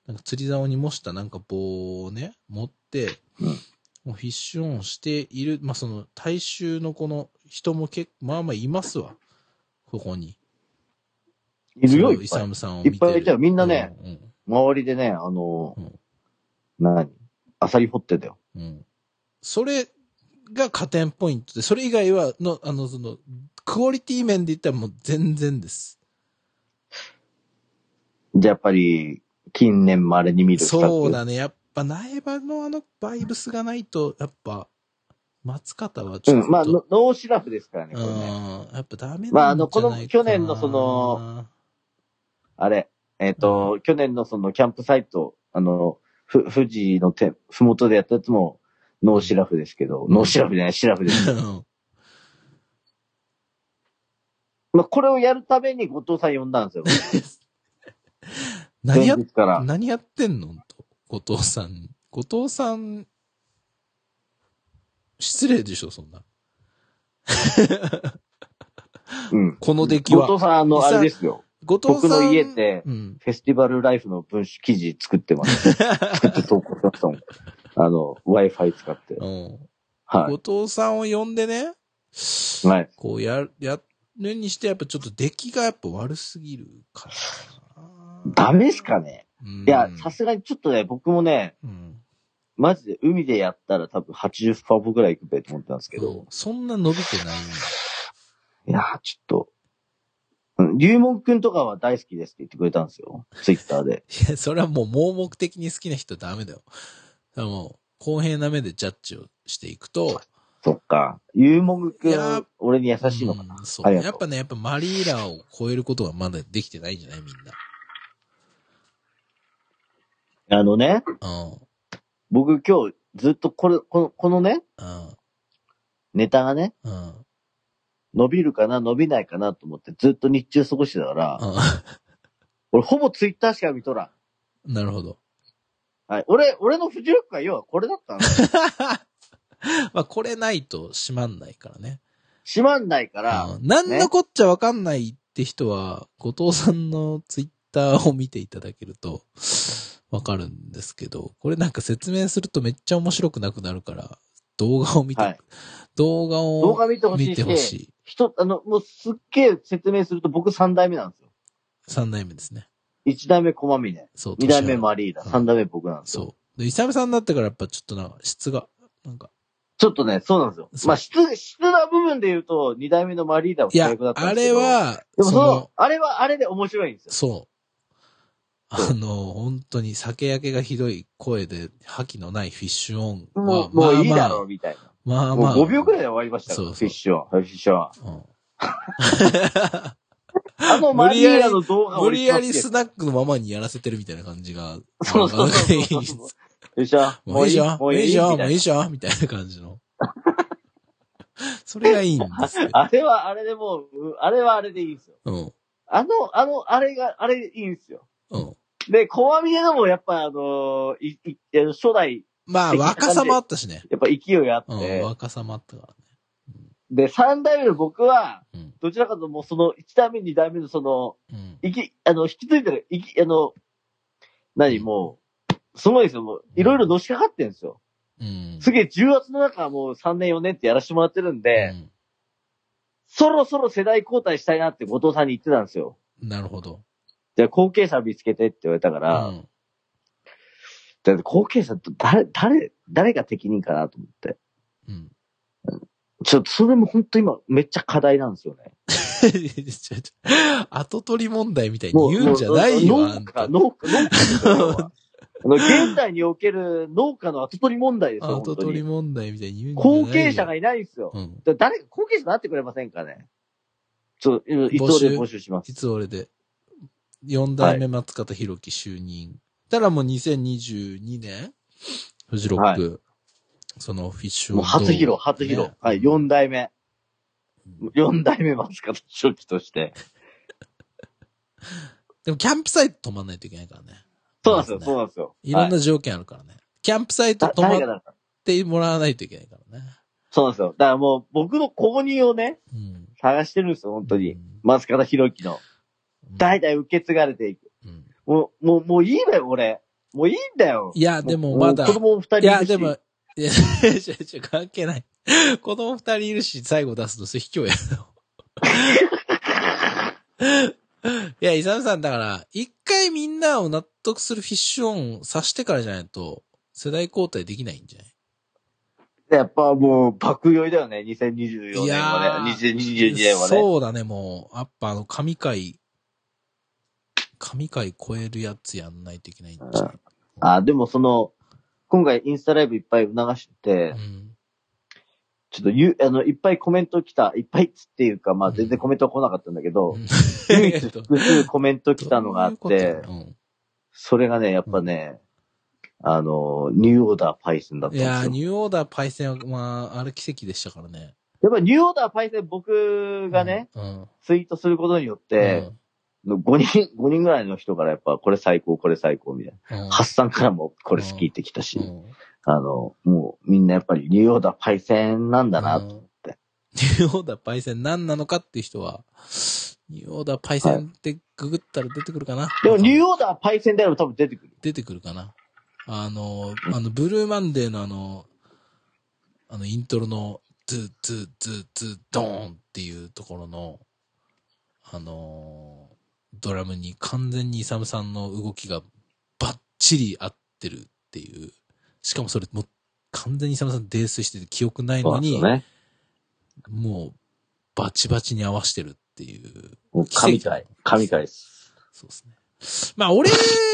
なんか釣り竿に模したなんか棒をね、持って、
うん
もうフィッシュオンしている、まあその大衆のこの人も結構、まあまあいますわ。ここに。
いるよ、
その
い
イ
っぱ
サ
い。
ムさんを見てる。
いっぱいいたよみんなね
うん。
周りでね、あの
うん、
何アサリ掘ってたよ。
うん。それが加点ポイントで、それ以外は、の、あの、その、クオリティ面で言ったらもう全然です。
じゃあやっぱり、近年稀に見る作
そうだね。やっぱ苗場のあのバイブスがないと、やっぱ、松方はちょっと、
うん、まあ、ノノーシラフですからね、これね。
うんやっぱダメなんじゃないかな。
まああのこの去年のその、あれ、えっ、と、去年のそのキャンプサイト、あの、ふ、富士のて、ふもとでやったやつも、ノーシラフですけど、
ん
ノーシラフじゃない、シラフ で す。
うん
まあ、これをやるために後藤さん呼んだんですよ。
何やっ
前、日から。
何やってんのほんと後藤さん。後藤さん、失礼でしょ、そんな。
うん。
この出来は
後。藤さん、あの、あれですよ。
後藤さん。
僕の家で
うん。
フェスティバルライフの文集記事作ってます。作って投稿しましたもん。あの、Wi-Fi 使って。
うん。
はい。
後藤さんを呼んでね、
はい。
こうや、やるにして、やっぱちょっと出来がやっぱ悪すぎるからな。
ダメっすかね
うん
いや、さすがにちょっとね、僕もね、
うん。
マジで海でやったら多分80%ぐらいいくべと思ったんですけ
そ
ど
う、そんな伸びてないんだ。
いやー、ちょっと、うん、龍門くんとかは大好きですって言ってくれたんですよ。ツイッタ ーで。
いや、それはもう盲目的に好きな人はダメだよ。だからもう、公平な目でジャッジをしていくと、
そっか。龍門く
いやー
ん、俺に優しいのかな。
うん
あ
そう。
りがとう
やっぱね、やっぱマリーラを超えることはまだできてないんじゃないみん
あのね、
な。
僕今日ずっとこれ、この、このね、
う
ネタがね、
ん。うん。 うん。
伸びるかな、伸びないかなと思ってずっと日中過ごしてたから、俺ほぼツイッターしか見とらん。
うん。なるほど。
はい。俺、俺の藤力は要はこれだ ったの。
まあ、これないと閉まんないからね。
閉まんないから、
うん何のこっちゃわかんないって人は、後藤さんのツイッターを見ていただけると、わかるんですけど、これなんか説明するとめっちゃ面白くなくなるから、動画を見て、
はい
動画
動
を
画見てほし
見
い
て
し、
ほしい。
人、あの、もうすっげえ説明すると僕3代目なんですよ。
三代目ですね。
1代目駒峰、
そう。
2代目
年は
マリーダ、
うん
3代目僕なんですよ。
そう。で、イサムさんになってからやっぱちょっとなんか質が、なんか、
ちょっとね、そうなんですよ。
そう
まあ、質、質な部分で言うと、2代目のマリーダはい
や
最悪だっ、たん
あ
ですけ
れ
ど。、
は、
でもその、
の、
あれはあれで面白いんですよ。
そう。
そ
あの、本当に酒焼けがひどい声で、覇気のないフィッシュオン
も
は、
う、もういい
ま
だ
あ
ろう、みたいな。
まあ、まあまあ。
もう5秒くらいで終わりましたから、
そうそう
フィッシュは、フィッシ ュは。
うん
あのマリーダの動画
無理や
俺
り
一
ス
番
ナックのままにやらせてるみたいな感じが。
そうそうそう
なんか
そう
いい です
好きです。よいしょ。
もういいじゃん、
も
もう
う
いい
いい
じゃん、も
みた
うい
い
い
な。
じゃん、みたいな感じの。 それがいいんですけど。
あれはあれでもう、うあれはあれでいいんですよ。
うん。
あの、あの、あれが、あれいいんですよ。
うん。
で、コアミネのもやっぱあのいいあの初代、
まあ、若さもあったしね。
やっぱ勢いがあっ
うん、
て、
若さもあったからね。
で、三代目の僕は、
うん
どちらかというともうその、一代目、二代目のその、
うん。
いき、あの、引き継いでる、いき、あの、何、もう、すごいですよ、もう、いろいろのしかかってんですよ。
うん。
すげえ重圧の中、もう3年4年ってやらせてもらってるんで、
うん
そろそろ世代交代したいなって後藤さんに言ってたんですよ。
なるほど。
じゃあ後継者見つけてって言われたか
う
ら、
ん。
だって後継者って誰、誰、誰が適任かなと思って。
うん。
ちょっとそれも本当今めっちゃ課題なんですよね。
ちょちょちょ 後取り問題みたいに言うんじゃないよ、あ
農
ん
家、
た。
農家、農家ですよ。要は あの、現代における農家の後取り問題ですよ、
後
本当
取り
に。
問題みたいに言うんじゃないよ。
後継者がいないんですよ。
うん。
だから誰か後継者になってくれませんかねちょっと、いつで募集します。
いつ俺で、四代目松方弘樹就任、ったらもう2022年、フジロック、そのフィッシュ
もう初披露、
どう
初披露。
ね
はい、4代目。4代目松方正樹として。
でもキャンプサイト泊まんないといけないからね。
そうなんですよ、
まず
そ
ね
うなんですよ。
いろん
は
な条件あるからね。キャンプサイ
い
ト
だ
泊ま
誰が
っ
だった
てもらわないといけないからね。
そうなんですよ。だからもう僕の購入をね、
うん。
探してるんですよ、本当に。
うん。
松方正樹の。代々受け継がれていく。
うん
もう、もう、もういいだよ、俺。もういいんだよ。
いや、でも
う
まだ
う子、供二人い
い
るし。
や、でも、いや、違う違う、関係ない。子供二人いるし、最後出すの、それ卑怯やろ。いや、イサムさん、だから、一回みんなを納得するフィッシュオンさしてからじゃないと、世代交代できないんじゃない
やっぱもう、爆酔いだよね、2024
い
年
や
はね。
ー
2022年はね。
そうだね、もう。やっぱ、あの、神回、神回超えるやつやんないといけないんじゃない
あ、でもその、今回インスタライブいっぱい流してて
う、ん。
ちょっとゆ、あの、いっぱいコメント来た、いっぱいっつっていうか、まあ
うん
全然コメントは来なかったんだけど、唯一
えっと
複数コメント来たのがあっ
どう いう
て
こ、とうん
それがね、やっぱね、あの、ニューオーダーパイセンだったん
い
です
やー、
よ。
ニューオーダーパイセンは、まあ、あれ奇跡でしたからね。
やっぱニューオーダーパイセン僕がね、
うん、うん。
ツイートすることによって、の5人、 五人ぐらいの人からやっぱこれ最高、これ最高みたい
うん、うん
な。発散からもこれ好きってきたし、
うん
あの、もうみんなやっぱりニューオーダーパイセンなんだな
うん
と。
ニューオーダーパイセン何なのかっていう人は、ニューオーダーパイセンってググったら出てくるかな、
でもニュ
ー
ーオーダーパイセンであれば多分出てくる。
出てくるかなあの、あの、ブルーマンデーのあの、あの、イントロの、トゥトゥトゥトゥドーンっていうところの、あのードラムに完全にイサムさんの動きがバッチリ合ってるっていう。しかもそれもう完全にイサムさん泥酔してて記憶ないのに、
そうなんです
もう、バチバチに合わしてるっていう。
よね。もう神回、神回です。
そうですね。まあ、 俺、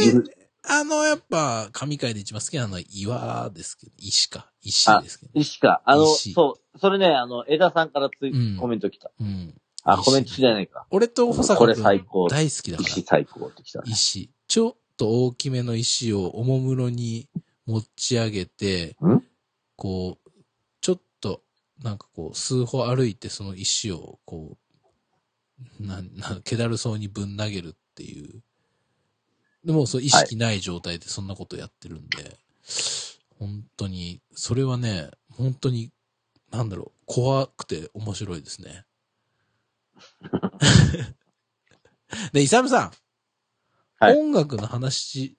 ゆ
あの、やっぱ、神回で一番好きなのは岩ですけど、石か。石ですけど。
石か。あの、
石
そう、それね、あの、枝さんからツイ、
うん
コメント来た。
うん。
あ、
石
コメントじゃないか。
俺と保坂
これ最
君
高
大好きだから
石。最高って来たね。
石。ちょっと大きめの石をおもむろに持ち上げて
ん、
こう、ちょっと、なんかこう、数歩歩いてその石を、こう、なん、なん、気だるそうにぶん投げるっていう。でも、そう、意識ない状態でそんなことやってるんで、本当に、それはね、本当に、なんだろう、怖くて面白いです ね。で、イサムさん。
はい
音楽の話、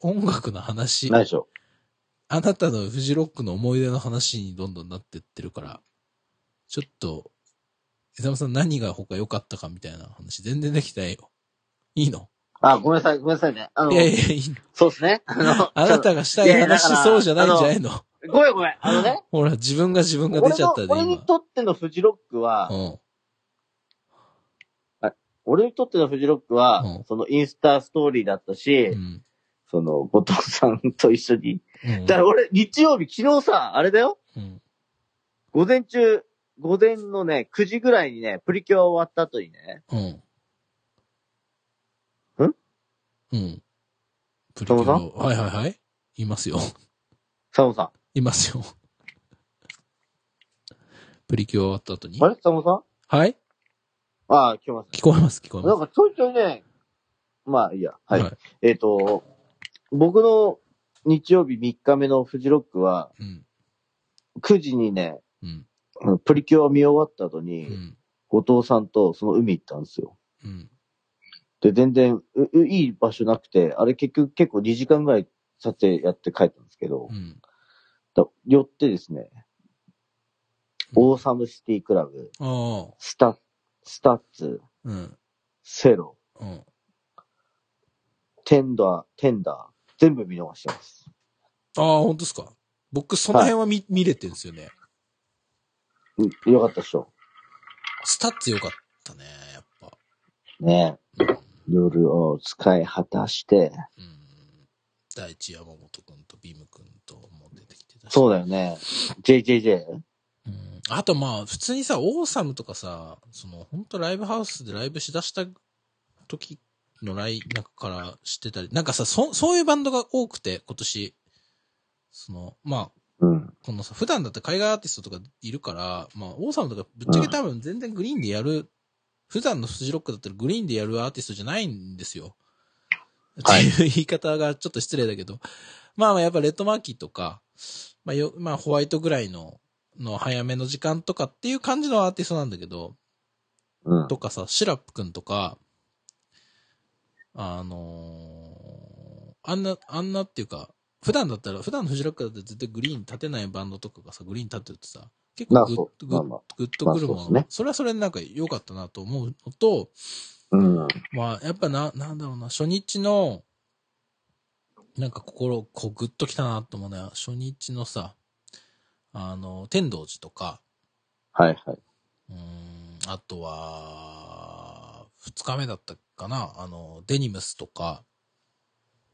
音楽の話、
ないでしょ。
あなたのフジロックの思い出の話にどんどんなってってるから、ちょっと、伊沢さん何が他良かったかみたいな話全然できてないよ。いいの
あ、ごめんなさい、ごめんなさいね。あの
い、やいや、いいの。
そうですね。あの、
あなたがした
い
い
やいやだから
話そうじゃないんじゃないの
ちょっとごめんごめん。あのね、
ほら、自分が自分が出
俺
ちゃ
の
ったで、今。
俺にとってのフジロックは、
うん。
俺にとってのフジロックは、
うん
そのインスタストーリーだったし、
うん。
その、後藤さんと一緒に。
うん
だから俺、日曜日、昨日さ、あれだよ
うん。
午前中、午前のね、9時ぐらいにね、プリキュア終わった後にね、
うん。
ん
うん。プリキ
どう
ュ
ぞ
アを。はいはいはい。いますよ。
サモさ
いますよ。プリキュア終わった後に
ん。あ。れサモさん
はい
ああ、聞きます。
聞こえます、聞こえ
な
ま
んかちょいちょいね、まあいいや。はい。
す。はい。
えっ、と、僕の日曜日3日目のフジロックは、
うん。
9時にね、
うん。
あのプリキュアを見終わった後
う
に、
ん。
後藤さんとその海行ったんですよ。
うん。
で、全然うういい場所なくて、あれ結局結構2時間ぐらい撮影やって帰ったんですけど
う、ん。
だ寄ってですね、オーサムシティクラブ、
ああ。
スタッ、スタッツ、
うん。
セロ、
うん。
テンダー、テンダー、全部見逃してます。
ああ、本当ですか。僕、その辺は見、見れてんですよね。
うんよかったでしょ。
スタッツ良かったね、やっぱ。
ね夜を使い果たして、
うん。第一山本くんとビームくんとも出てきてたし。
そうだよね。JJJ?
うんあとまあ、普通にさ、オーサムとかさ、その、本当ライブハウスでライブしだした時のライン中から知ってたり、なんかさ、そ、そういうバンドが多くて、今年。その、まあ、
うん。
このさ、普段だって海外アーティストとかいるから、まあ、王様とかぶっちゃけ多分全然グリーンでやる、普段のフジロックだったらグリーンでやるアーティストじゃないんですよ。
はい
っていう言い方がちょっと失礼だけど。まあまあやっぱレッドマーキーとか、まあよ、まあホワイトぐらいの、の早めの時間とかっていう感じのアーティストなんだけど、
うん。
とかさ、シラップくんとか、あのーあんな、あんなっていうか、普段だったら、普段のフジロックだったら絶対グリーン立てないバンドとかがさ、グリーン立てるとさ、結
ま
構
あ
グッと
そう
グ
まあ
ッ
まあ
グッとくるも
ま
の、
あそうですね
それはそれでなんか良かったなと思うのと、
うん。
まあ、やっぱな、なんだろうな、初日の、なんか心、こうグッときたなと思うのは、初日のさ、あの、天童寺とか、
はいはい。
うーんあとは、二日目だったかな、あの、デニムスとか、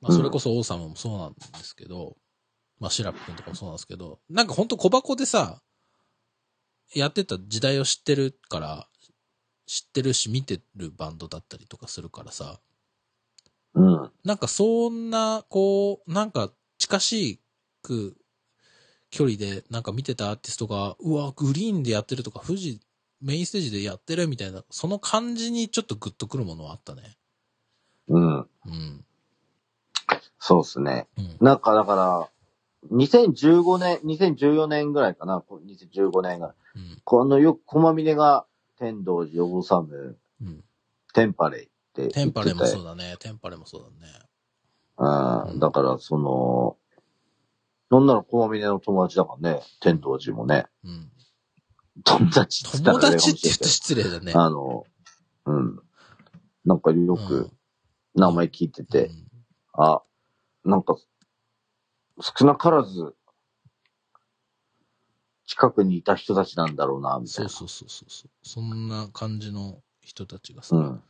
まあ、
うん
それこそ王様もそうなんですけど、まあ、シラップ君とかもそうなんですけど、なんかほんと小箱でさ、やってた時代を知ってるから、知ってるし見てるバンドだったりとかするからさ、
うん。
なんかそんな、こう、なんか近しく距離でなんか見てたアーティストが、うわ、グリーンでやってるとか、富士メインステージでやってるみたいな、その感じにちょっとグッとくるものはあったね。
う
う
ん。
ん。
そうですね。
うん。
なんかだから、2015年、2014年ぐらいかな。こう2015年ぐらい。
うん。
このよく、駒峰が、天童寺、ヨボサム、
うん。
テンパレイって言ってた
テ
よ
ンパレもそうだね。テンパレもそうだね。
う
うん
んだから、その、なんなら駒峰の友達だからね、天童寺もね、
うん。
友達って言
友
ったらね、
達って言う
か
と
もし
失礼だね。
れないけどあの、うん。なんかよく名前聞いて
うん、
て、あ、なんか、少なからず、近くにいた人たちなんだろうな、
うん
みた
そ
いうな。
そうそうそうそう。そんな感じの人たちがさ、
うん。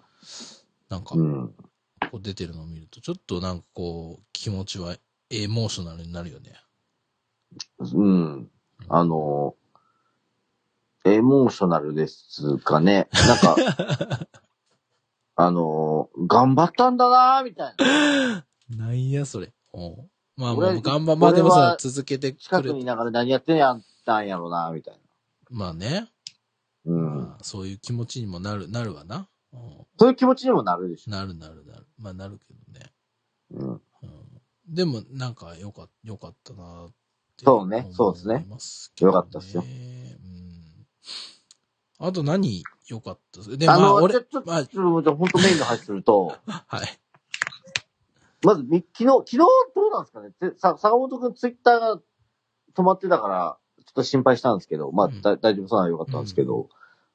なんか
うん。
こう出てるのを見ると、ちょっとなんかこう、気持ちはエモーショナルになるよね。
うん。あの、エモーショナルですかね。なんか、 あの、頑張ったんだなみたいな。
なんや、それ。おうまあ、ま
俺
あ、頑張、まあ
俺
で
は
もさ、続けてく
近くにい
れ、
ながら何やってんやったんやろなみたいな。
まあね、
うん
ま。あそういう気持ちにもなる、なるわな。お
そういう気持ちにもなるでし
うなるなるなる。まあ、なるけどね。
ょ。うん。
うん、でも、なんか、よか、よかったなって
そうねそうですね
思いますけど
よかったっす
う
よ
ん。あと何よかったっすで、ま
あ
あ、
の、ち
俺
ょ、ちょ、ち
ま
ょ、ちょ、ちょほんとメインの話すると、
あ、はい。
まずみ、昨日、昨日どうなんですかねてさ、坂本くんツイッターが止まってたから、ちょっと心配したんですけど、まあ、
うん
だ大丈夫そうならよかったんですけど、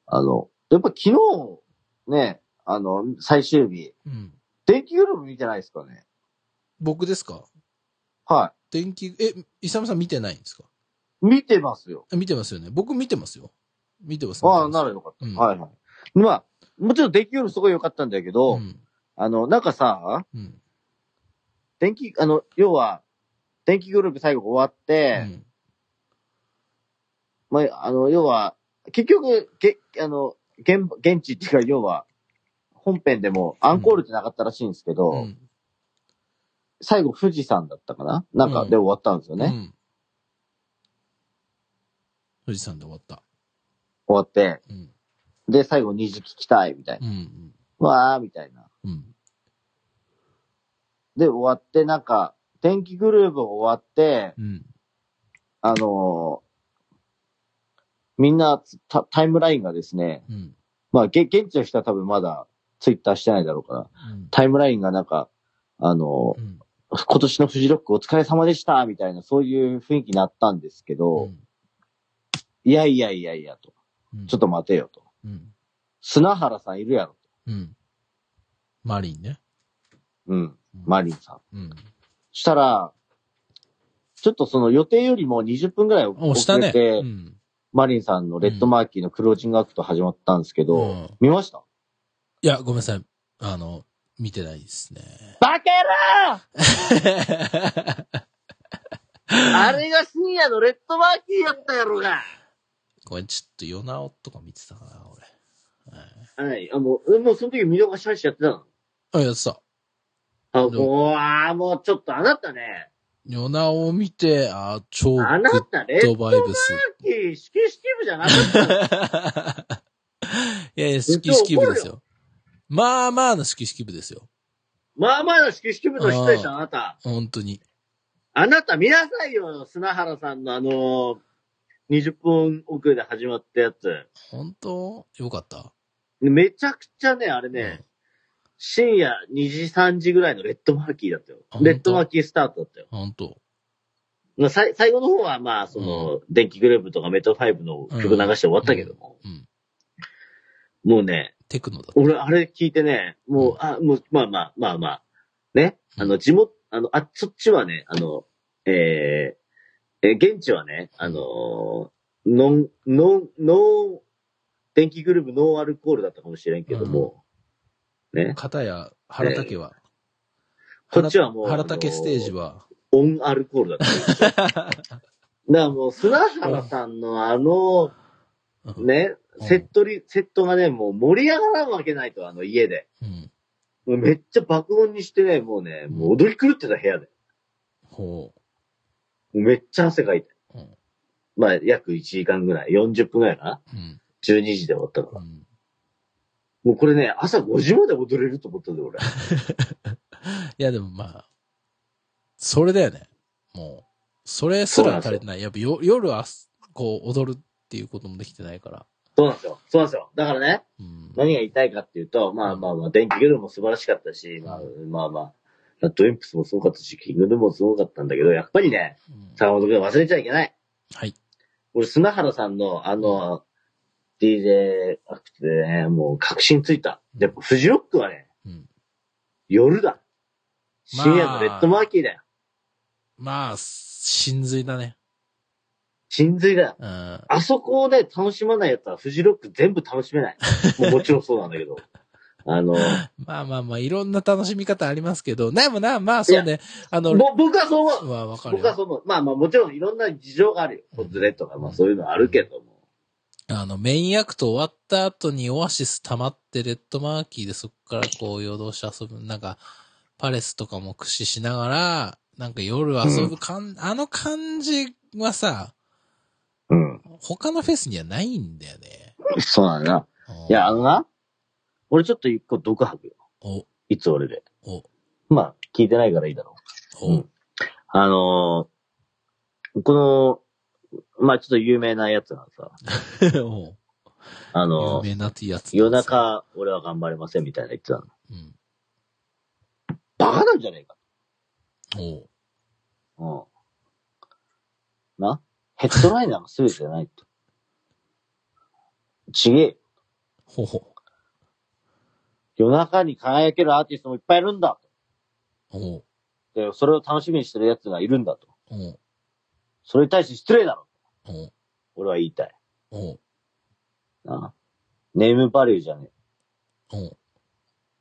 あの、やっぱ昨日、ね、あの、最終日、
うん。
電気グループ見てないですかね
僕ですか
は
電気、え、イサムさん見てないんですか
い。見てますよ。
あ見てますよね。僕見てますよ。見てます。
ああ、な
る。
らよかった。
うん
はいはい。まあ、もちろん電気グループすごい良かったんだけど、
うん。
あの、なんかさ、
うん。
電気、あの、要は、電気グループ最後終わって、
うん
まあ、あの、要は、結局、げ、あの、現、現地っていうか、要は、本編でもアンコールってなかったらしいんですけど、
うん
最後富士山だったかななんか
うん
で終わったんですよね。
うん富士山で終わった。
終わって、
うん。
で、最後虹聞きたい、みたいな。
うん。
わー、みたいな。
うん。
で、終わって、なんか、天気グループ終わって、
うん。
あのーみんなタ、タイムラインがですね、
うん。
まあ、げ現地の人は多分まだツイッターしてないだろうから、
うん。
タイムラインがなんか、あのー
うん。
今年のフジロックお疲れ様でした、みたいな、そういう雰囲気になったんですけど、いやいやいやいやと。
うん
ちょっと。待てよと。
うん。
砂原さんいるやろと。
うん。マリンね。
うん。
うん
マリンさん。
うん。
したら、ちょっとその予定よりも20分ぐらい
お、し
遅
た
れ
ね。
て、
うん。
マリンさんのレッドマーキーのクロージングアクト始まったんですけど、
うん
見ました
いや、ごめんなさい。あの、見てないですね。
バカ野郎あれが深夜のレッドマーキーやったやろが
ごめん、ちょっと夜なおとか見てたかな、俺。はい
はい。あ、もう、えもうその時見逃し配信やってたの
あ、やってた。
あ、うわーもうちょっとあなたね、
ヨナを見て、あ、超グ
あな
ッ
たレッ
ド
ド
バイブス。
キー、式式部じゃなか ったの。
いやいや、スキースキー部ですよ。まあまあのスキースキー部ですよ。
まあまあの式式部の人でしょ、あなた。
本当に。
あなた見なさいよ、砂原さんのあのー、20分遅れで始まったやつ。
本当よかった。
めちゃくちゃね、あれね、深夜2時3時ぐらいのレッドマーキーだったよ
あ。
レッドマーキースタートだったよ。
本当
まあ、さい最後の方はまあ、その、電気グループとかメトファイブの曲流して終わったけども、
うん。
もうね、
テクノだっ
俺あれ聞いてね、も
う、
う
ん
あ、もう、まあまあ、まあまあ、ね、あの、地元、あの、あ、そっちはね、あの、えー、えー現地はね、あのーノン、ノン、ノン、電気グループノンアルコールだったかもしれんけども、ね
た。、片や原竹は。
こっちはもう
原竹ステージは。
オンアルコールだった。 だからもう、砂原さんのあの、
うん。
ね、
うん
セットリ、セットがね、もう盛り上がらんわけないと、あの家で。
うん。
もうめっちゃ爆音にしてね、もうね、もう踊り狂ってた部屋で。
ほ
もうめっちゃ汗かいて。
う。うん。
まあ、約1時間ぐらい、40分ぐらいかな。
うん。
12時で終わったか
う
ら。
ん
もうこれね、朝5時まで踊れると思ったんで、俺。
いや、でもまあ、それだよね。もう、それすら足りてない。やっぱよ夜は、こう、踊るっていうこともできてないから。
そうなんですよ。そうなんですよ。だからね、
うん。
何が言いたいかっていうと、まあまあまあ、電気グループも素晴らしかったし、まあまあまあ、ドエンプスもすごかったし、キングヌーもすごかったんだけど、やっぱりね、
うん
坂本君忘れちゃいけない。
はい。
俺、砂原さんの、あの、DJ アクトでね、もう確信ついた。やっぱ、フジロックはね、
うん。
夜だ。
まあ
深夜のレッドマーキーだよ。
まあ、真髄だね。
真髄だよ。
うん。
あそこをね、楽しまないやつはフジロック全部楽し めない。もうもちろんそうなんだけど。あの、
まあまあまあ、いろんな楽しみ方ありますけど、でもな、まあそうね、あの、
ぼ僕はそう思う。
はわかる
僕は
よ。
そう思う。まあまあもちろんいろんな事情があるよ。
うん
ほずれとか、まあそういうのはあるけども。
あの、メインアクト終わった後にオアシス溜まってレッドマーキーでそっからこう夜通し遊ぶ、なんか、パレスとかも駆使しながら、なんか夜遊ぶかん、あの感じはさ、
うん。
他のフェスにはないんだよね。
そうだな。
うん
いや、あのな、
俺ちょっと一個毒吐くよ。
お、
いつ俺で。
お、
まあ、聞いてないからいいだろ
お、
うん
あのーこの、まあちょっと有名なやつがさ、
お
あ
有
のー
名なってやつ。
夜。中俺は頑張れませんみたいな言ってたの。
うん。
バカなんじゃねえか。
お
うん。なヘッドライナーが全てじゃないと。ちげえ。
ほほ。
夜中に輝けるアーティストもいっぱいいるんだ
お
と。で、それを楽しみにしてる奴がいるんだと。
お
それに対して失礼だろ。
お
俺は言いたい。
お
なネームバリューじゃねえ。
お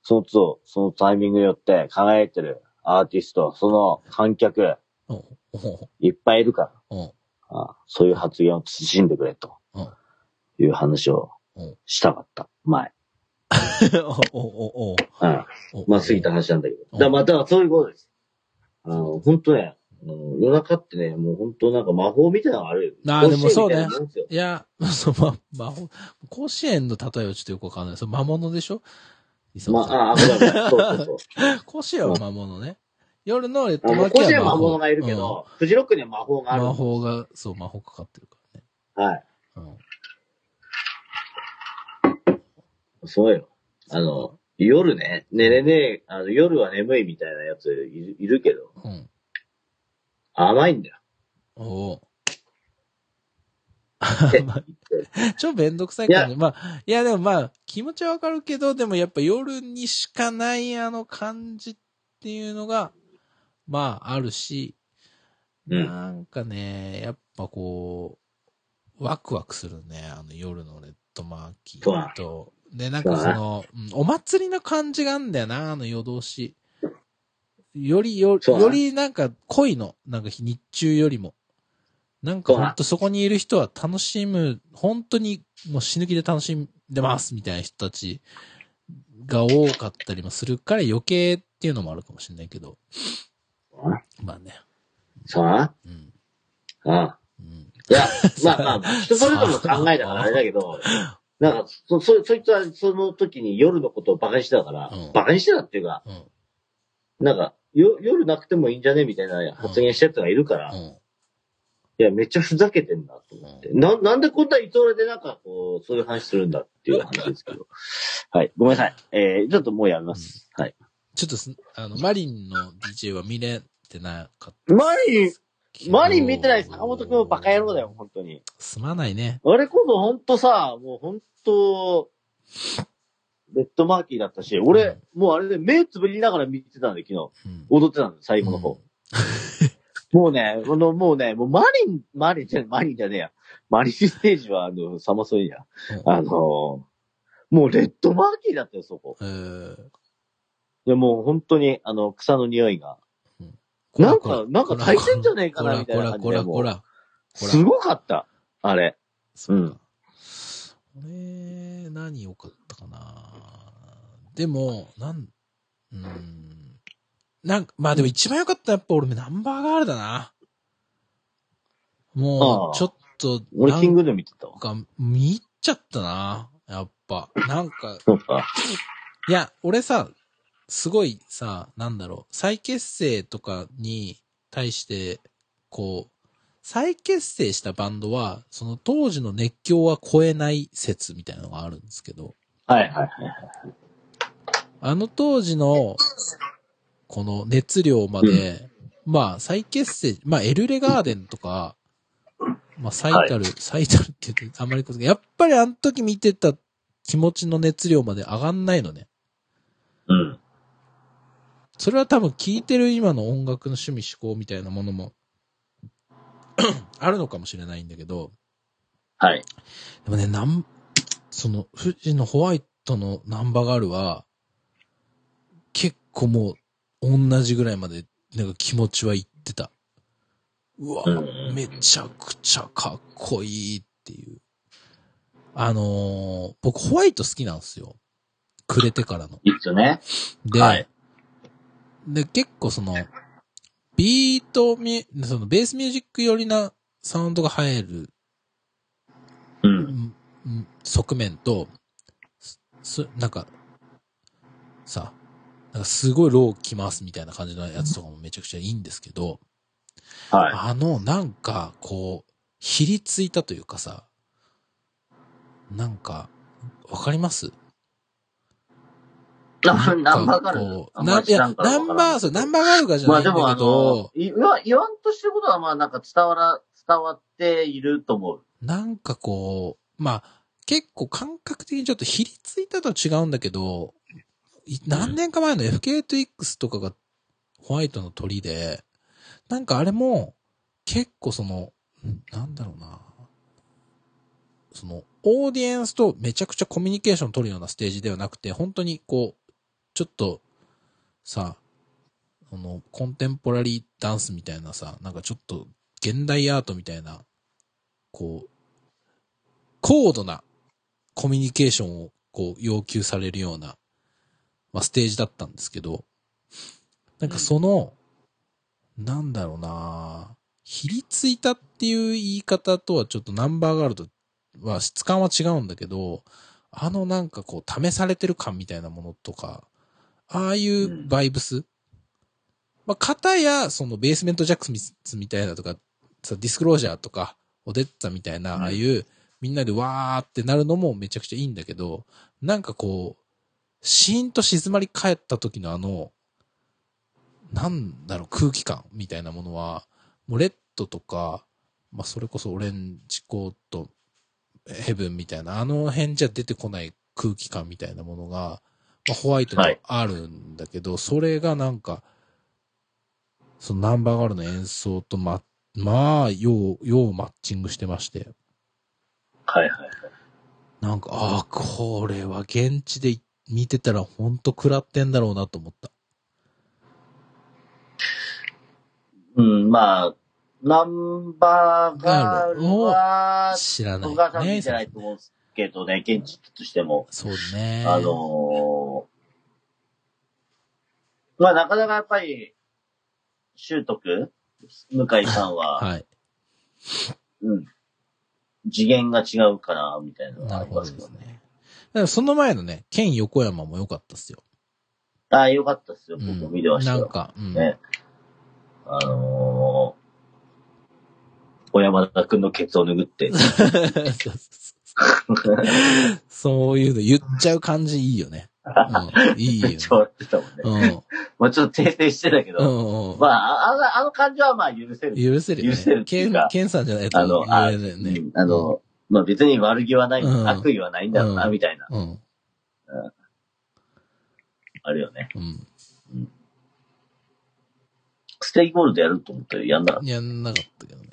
その都度、そのタイミングによって輝いてるアーティスト、その観客、
おお
いっぱいいるから。
お
あそういう発言を慎んでくれと。
うん
いう話を
うん
したかった。前。
おおお
うん。
お
まあ、過ぎた。話なんだけど。
う
だ
ん
からまあ、だからそういうことです。あの、本当ね、あの夜中ってね、もう本当なんか魔法みたいなのがあるよ。
あーでもそうね
甲子園みたいなもんですよ。
いや、その、ま、魔法、甲子園の例えはちょっとよくわかんない。その魔物でしょ磯野
ま
さん
あ、あ、危ない危ない。そうそうそう。
甲子園は魔物ね。夜のレッ
あ
ドマ
の、
ーキ
甲
ー
子園
は
は魔物がいるけど、フジロックには魔法
う
が
ん
ある。
魔法が、そう、魔法かかってるからね。
はい。
うん。
そうよ。あの、夜ね、寝れねえ、あの、夜は眠いみたいなやついるいるけど、
うん。
甘いん だよ。
おお。
って
まあ
言って
超めんどくさい感じ。まあ、いやでもまあ、気持ちはわかるけど、でもやっぱ夜にしかないあの感じっていうのが、まああるし、
うん
なんかね、やっぱこう、ワクワクするね、あの夜のレッドマーキーと。で、なんかその、うんお祭りの感じがあんだよな、あの夜通し。よりよ、
そうだね
よりなんか濃いの。なんか日中よりも。なんかほんとそこにいる人は楽しむ、本当にもう死ぬ気で楽しんでますみたいな人たちが多かったりもするから余計っていうのもあるかもしれないけど。まあね。
さ
うん。
あ、ああ。
うん。
いや、まあまあ まあ、人それぞれの考えだからあれだけど、なんか、そ、そ、そいつはその時に夜のことをバカにしてたから、
うん
バカにしてたっていうか、
うん。
なんか、よ、夜なくてもいいんじゃねみたいな発言してる人がいるから、
う
い
ん。
や、めっちゃふざけてんなと思って。な、なんでこんなイトラでなんかこう、そういう話するんだっていう話ですけど。 はい、ごめんなさい。えー、ちょっともうやめます。はい。
ちょっとす、あの、マリンの DJ は見れてなかっ
マリ
た。
ン、マリン見てない坂本くんはバカ野郎だよ、。本当に。
すまないね。
あれこそほんとさ、もうほんと、レッドマーキーだったし、俺、もうあれで目つぶりながら見てたんで、昨日。
うん。
踊ってたんだ、最後の方。 もうね、この、もうね、もうマリン、マリンじゃ、マリンじゃねえや。マリンステージは、あの、サマソニや。
うん
あのーもうレッドマーキーだったよ、そこ。
えー
でもう本当に、あの、草の匂いが。
こら
なん
こら
か、なんか大変じゃねえかな、みたい
こ
な
ら
感
こ
じで
らこらこ
もう。
ら。こら
すごかった、あれ。
そうか。俺、何良かったかな。でも、なん、うん。なんか、まあでも一番良かったのはやっぱ俺ナンバーガールだな。も
ああ
う、ちょっと、
俺、
な
キン
ん
グで見てたわ。
か、見入っちゃったな。やっぱ。なんか、
そうか。
いや、俺さ、すごいさ、なんだろう、再結成とかに対して、こう、再結成したバンドは、その当時の熱狂は超えない説みたいなのがあるんですけど、
はいはいはい。
あの当時の、この熱量まで、まあ再結成、まあエルレガーデンとか、まあ最たる、最たるって言ってあんまりこと、やっぱりあの時見てた気持ちの熱量まで上がんないのね。
うん。
それは多分聴いてる今の音楽の趣味思考みたいなものもあるのかもしれないんだけど、
はい。
でもね、なん、その、富士のホワイトのナンバーガールは、結構もう、同じぐらいまで、なんか気持ちはいってた。うわ、
うん
めちゃくちゃかっこいいっていう。あのー僕ホワイト好きなんですよ。くれてからの。
いいっすよね。
で、
はい
で、結構その、ビートミュ、そのベースミュージック寄りなサウンドが入る、う
う。
んんうん側面と、すす、なんか、さ、なんかすごいローきますみたいな感じのやつとかもめちゃくちゃいいんですけど、
はい。
あの、なんか、こう、ひりついたというかさ、なんか、わかります
ナンナンバーガール
こ。うな、いや、ナンバー、そう、ナンバーガールがじゃ
ま
ない
あ
んだ
で
けど、
もあの、い言わ言わんとしてることはまあなんか伝わら、伝わっていると思う。
なんかこう、まあ、結構感覚的にちょっとひりついたとは違うんだけど、い何年か前の FK2X とかがホワイトの鳥で、なんかあれも結構その、なんだろうな、その、オーディエンスとめちゃくちゃコミュニケーション取るようなステージではなくて、本当にこう、ちょっと、さ、あの、コンテンポラリーダンスみたいなさ、なんかちょっと現代アートみたいなこう、高度なコミュニケーションをこう要求されるような、まあ、ステージだったんですけど、なんかその、なんだろうなひりついたっていう言い方とはちょっとナンバーガールとは質感は違うんだけど、あのなんかこう試されてる感みたいなものとか、ああいうバイブス、まあ、片や、その、ベースメントジャックスみたいなとか、さ、ディスクロージャーとか、オデッツァみたいな、
うん
ああいう、みんなでわーってなるのもめちゃくちゃいいんだけど、なんかこう、シーンと静まり返った時のあの、なんだろう、空気感みたいなものは、もうレッドとか、まあ、それこそオレンジコート、ヘブンみたいな、あの辺じゃ出てこない空気感みたいなものが、まあ、ホワイトにはあるんだけど、それがなんか、そのナンバーガールの演奏とま、まあ、よう、ようマッチングしてまして。
はいはい。
なんか、ああ、これは現地で見てたらほんと食らってんだろうなと思った。
うん、まあ、ナンバーガールは、
知らない
僕は多。分
ね
見てないと思うんですけどね、現実としても。
そうね。
あの
まあ、なかなかやっぱり、習得向井さんは、
はい。
うん。次元が違うから、みたいなのが
な
あ
る
り
ほ
ま
ど
す
で
けど
す
ね。
ね。だからその前のね、県横山も良かったっすよ。
ああ、よかったっすよ。
う
僕も
ん
見てま。した
な
よ。
んか、うん。
ねあのー、小山田くんのケツを拭って。
そうそうそうそういうの言っちゃう感じいいよね。うん、い いよ、ね。
ちょってたもんね。
うん。
まあちょっと訂正してたけ
う
ど、
んうん
まあ、あの、あの感じはまあ許せる。
許せるよね。
許せるってい
ケ
う
ン
か、
ケンさんじゃないと
あの、あ,、
言えないよね。
あの、まあ別に悪気はない、
うん
悪意はないんだろうな、
うん
みたいな、
うん、うん。
あるよね。
うん。
ステイゴールドやると思ったらやんなかっ
やんなかったけどね。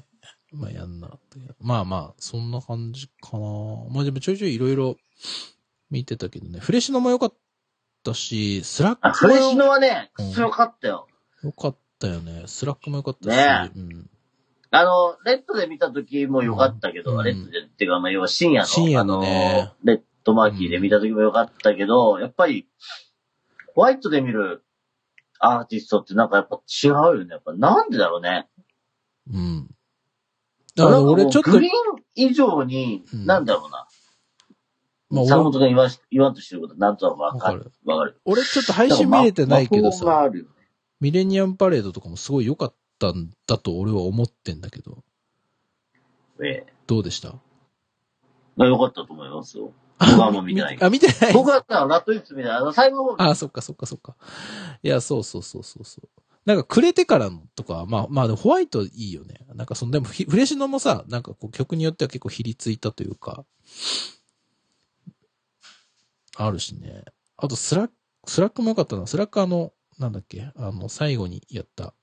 まあ、やんなかったけど。まあまあ、そんな感じかな。まあでもちょいちょいいろいろ見てたけどね。フレシノも良かったし、スラ
た。あ、
ック
フ
も
レシノはね
うん、
強かったよ。
良かったよね。スラックも良かったし。
ね
うん、
あの、レッドで見た時も良かったけど、
うん
レッドでっていうか、まあ、要は深夜の、
深夜のね
あの、レッドマーキーで見た時も良かったけど、やっぱり、ホワイトで見るアーティストってなんかやっぱ違うよね。やっぱなんでだろうね。
うん。だ
な
か
んからもう
俺ちょっと
グリーン以上に、
うん
なんだろうな。
まあ
坂
俺
本が言わし言わんとしてることなんとなくわ
わ
か
か
る。
る。
わかる。
俺ちょっと配信見れてないけど
魔法が
さ、
あるよね
ミレニアムパレードとかもすごい良かったんだと俺は思ってんだけど、
ええ
どうでした
まあ良かったと思います よ。僕はあんま見てないけど。
あ、見てない
僕はさ、ラットイッツみたいな、あの、最後の方
あ、そっかそっかそっか。いや、そうそうそうそうそう。なんか、くれてからのとか、まあ、まあ、でもホワイトいいよね。なんか、その、でもひ、フレシノもさ、なんかこう、曲によっては結構ひりついたというか、あるしね。あと、スラック、スラックも良かったな。スラックあの、なんだっけ、あの、最後にやった、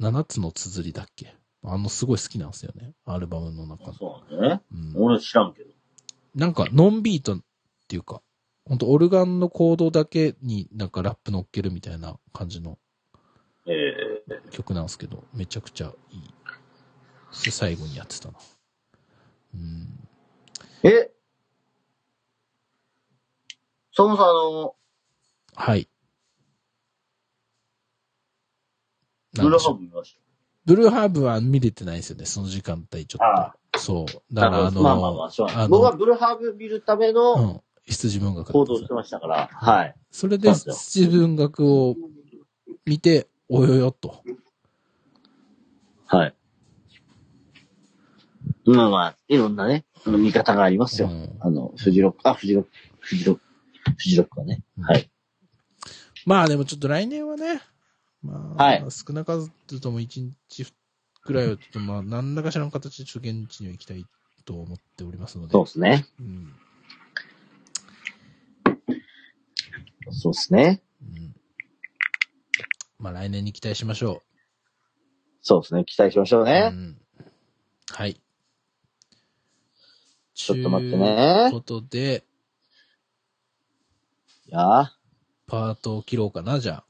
七つの綴りだっけ。あの、すごい好きなんですよね。アルバムの中の。
そうなんだね。
うん
俺知らんけど。
なんか、ノンビートっていうか、ほんとオルガンの行動だけになんかラップ乗っけるみたいな感じの
ええ
曲なんですけど、めちゃくちゃいい。で最後にやってたな。うん。
えそもそ
はい。
も、
なん
ブラ
でし
ハ
ょう
ブ見まし
ブルーハーブは見れてないですよね、その時間帯ちょ
た。あ
っと。そう。
あ、
だ
だ
か
からら
あの、
まあまあまあ、しょうがない。僕はブルーハーブ見るため
う
の
ん、羊文学だ
行
ったん
動
です
して
よ
ましたから、はい。
それで羊文学を見て、およよと。
はい。まあまあ、いろんなね、あの見方があります
う
よ。
ん
あの、フジロック、あ、フジロック、フジロック、フジロックはね。はい。
まあでもちょっと来年はね、まあ、
はい
少なからずとも1日くらいはちょっとまあ、何らかしらの形でちょっと現地には行きたいと思っておりますので。
そうですね。
うん。
そうですね。
うん。まあ来年に期待しましょ
そうですね。期待しましょう
う。
ね
う。ん、はい。
ちょっと待って
という
ね。
ことで、
いやー
パートを切ろうかな、じゃ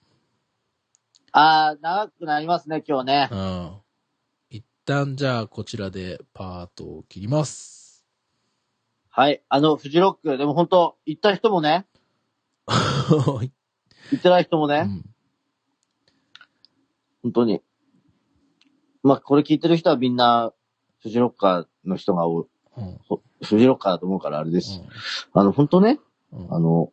あー、長くなりますね、今日ね。
あ。うん。一旦じゃあこちらでパートを切ります。
はい。あの、フジロック、でも本当行った人もね、行ってない人 も
う
ね、
ん
本当に。まあ、これ聞いてる人はみんな、フジロッカーの人が多い、
うん
フジロッカーだと思うからあれです。あの、本当ね、
うんうん
あの、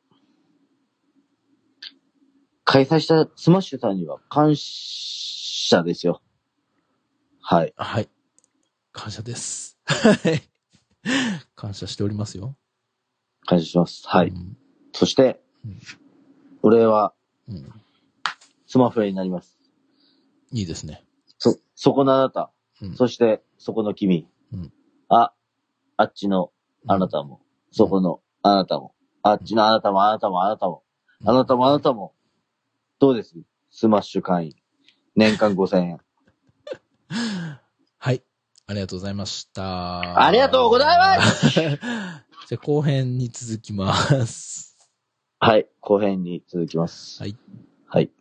開催したスマッシュさんには感謝ですよ。はい。
はい。感謝です。はい。感謝しておりますよ。
感謝します。は
う
い。
ん
そして
うん、
俺は
うん
スマフレになります。
いいですね。
そ、そこのあなた、
うん
そして、そこの君、
うん
あ、あっちのあなたも、そこのあなたも、あっちのあなたも、あなたも、あなたも、あなたも、あなたも、どうですスマッシュ会員。年間5000円。
はい。ありがとうございました。
ありがとうございます
じゃあ後編に続きます。
はい。後編に続きます。
はい。
はい。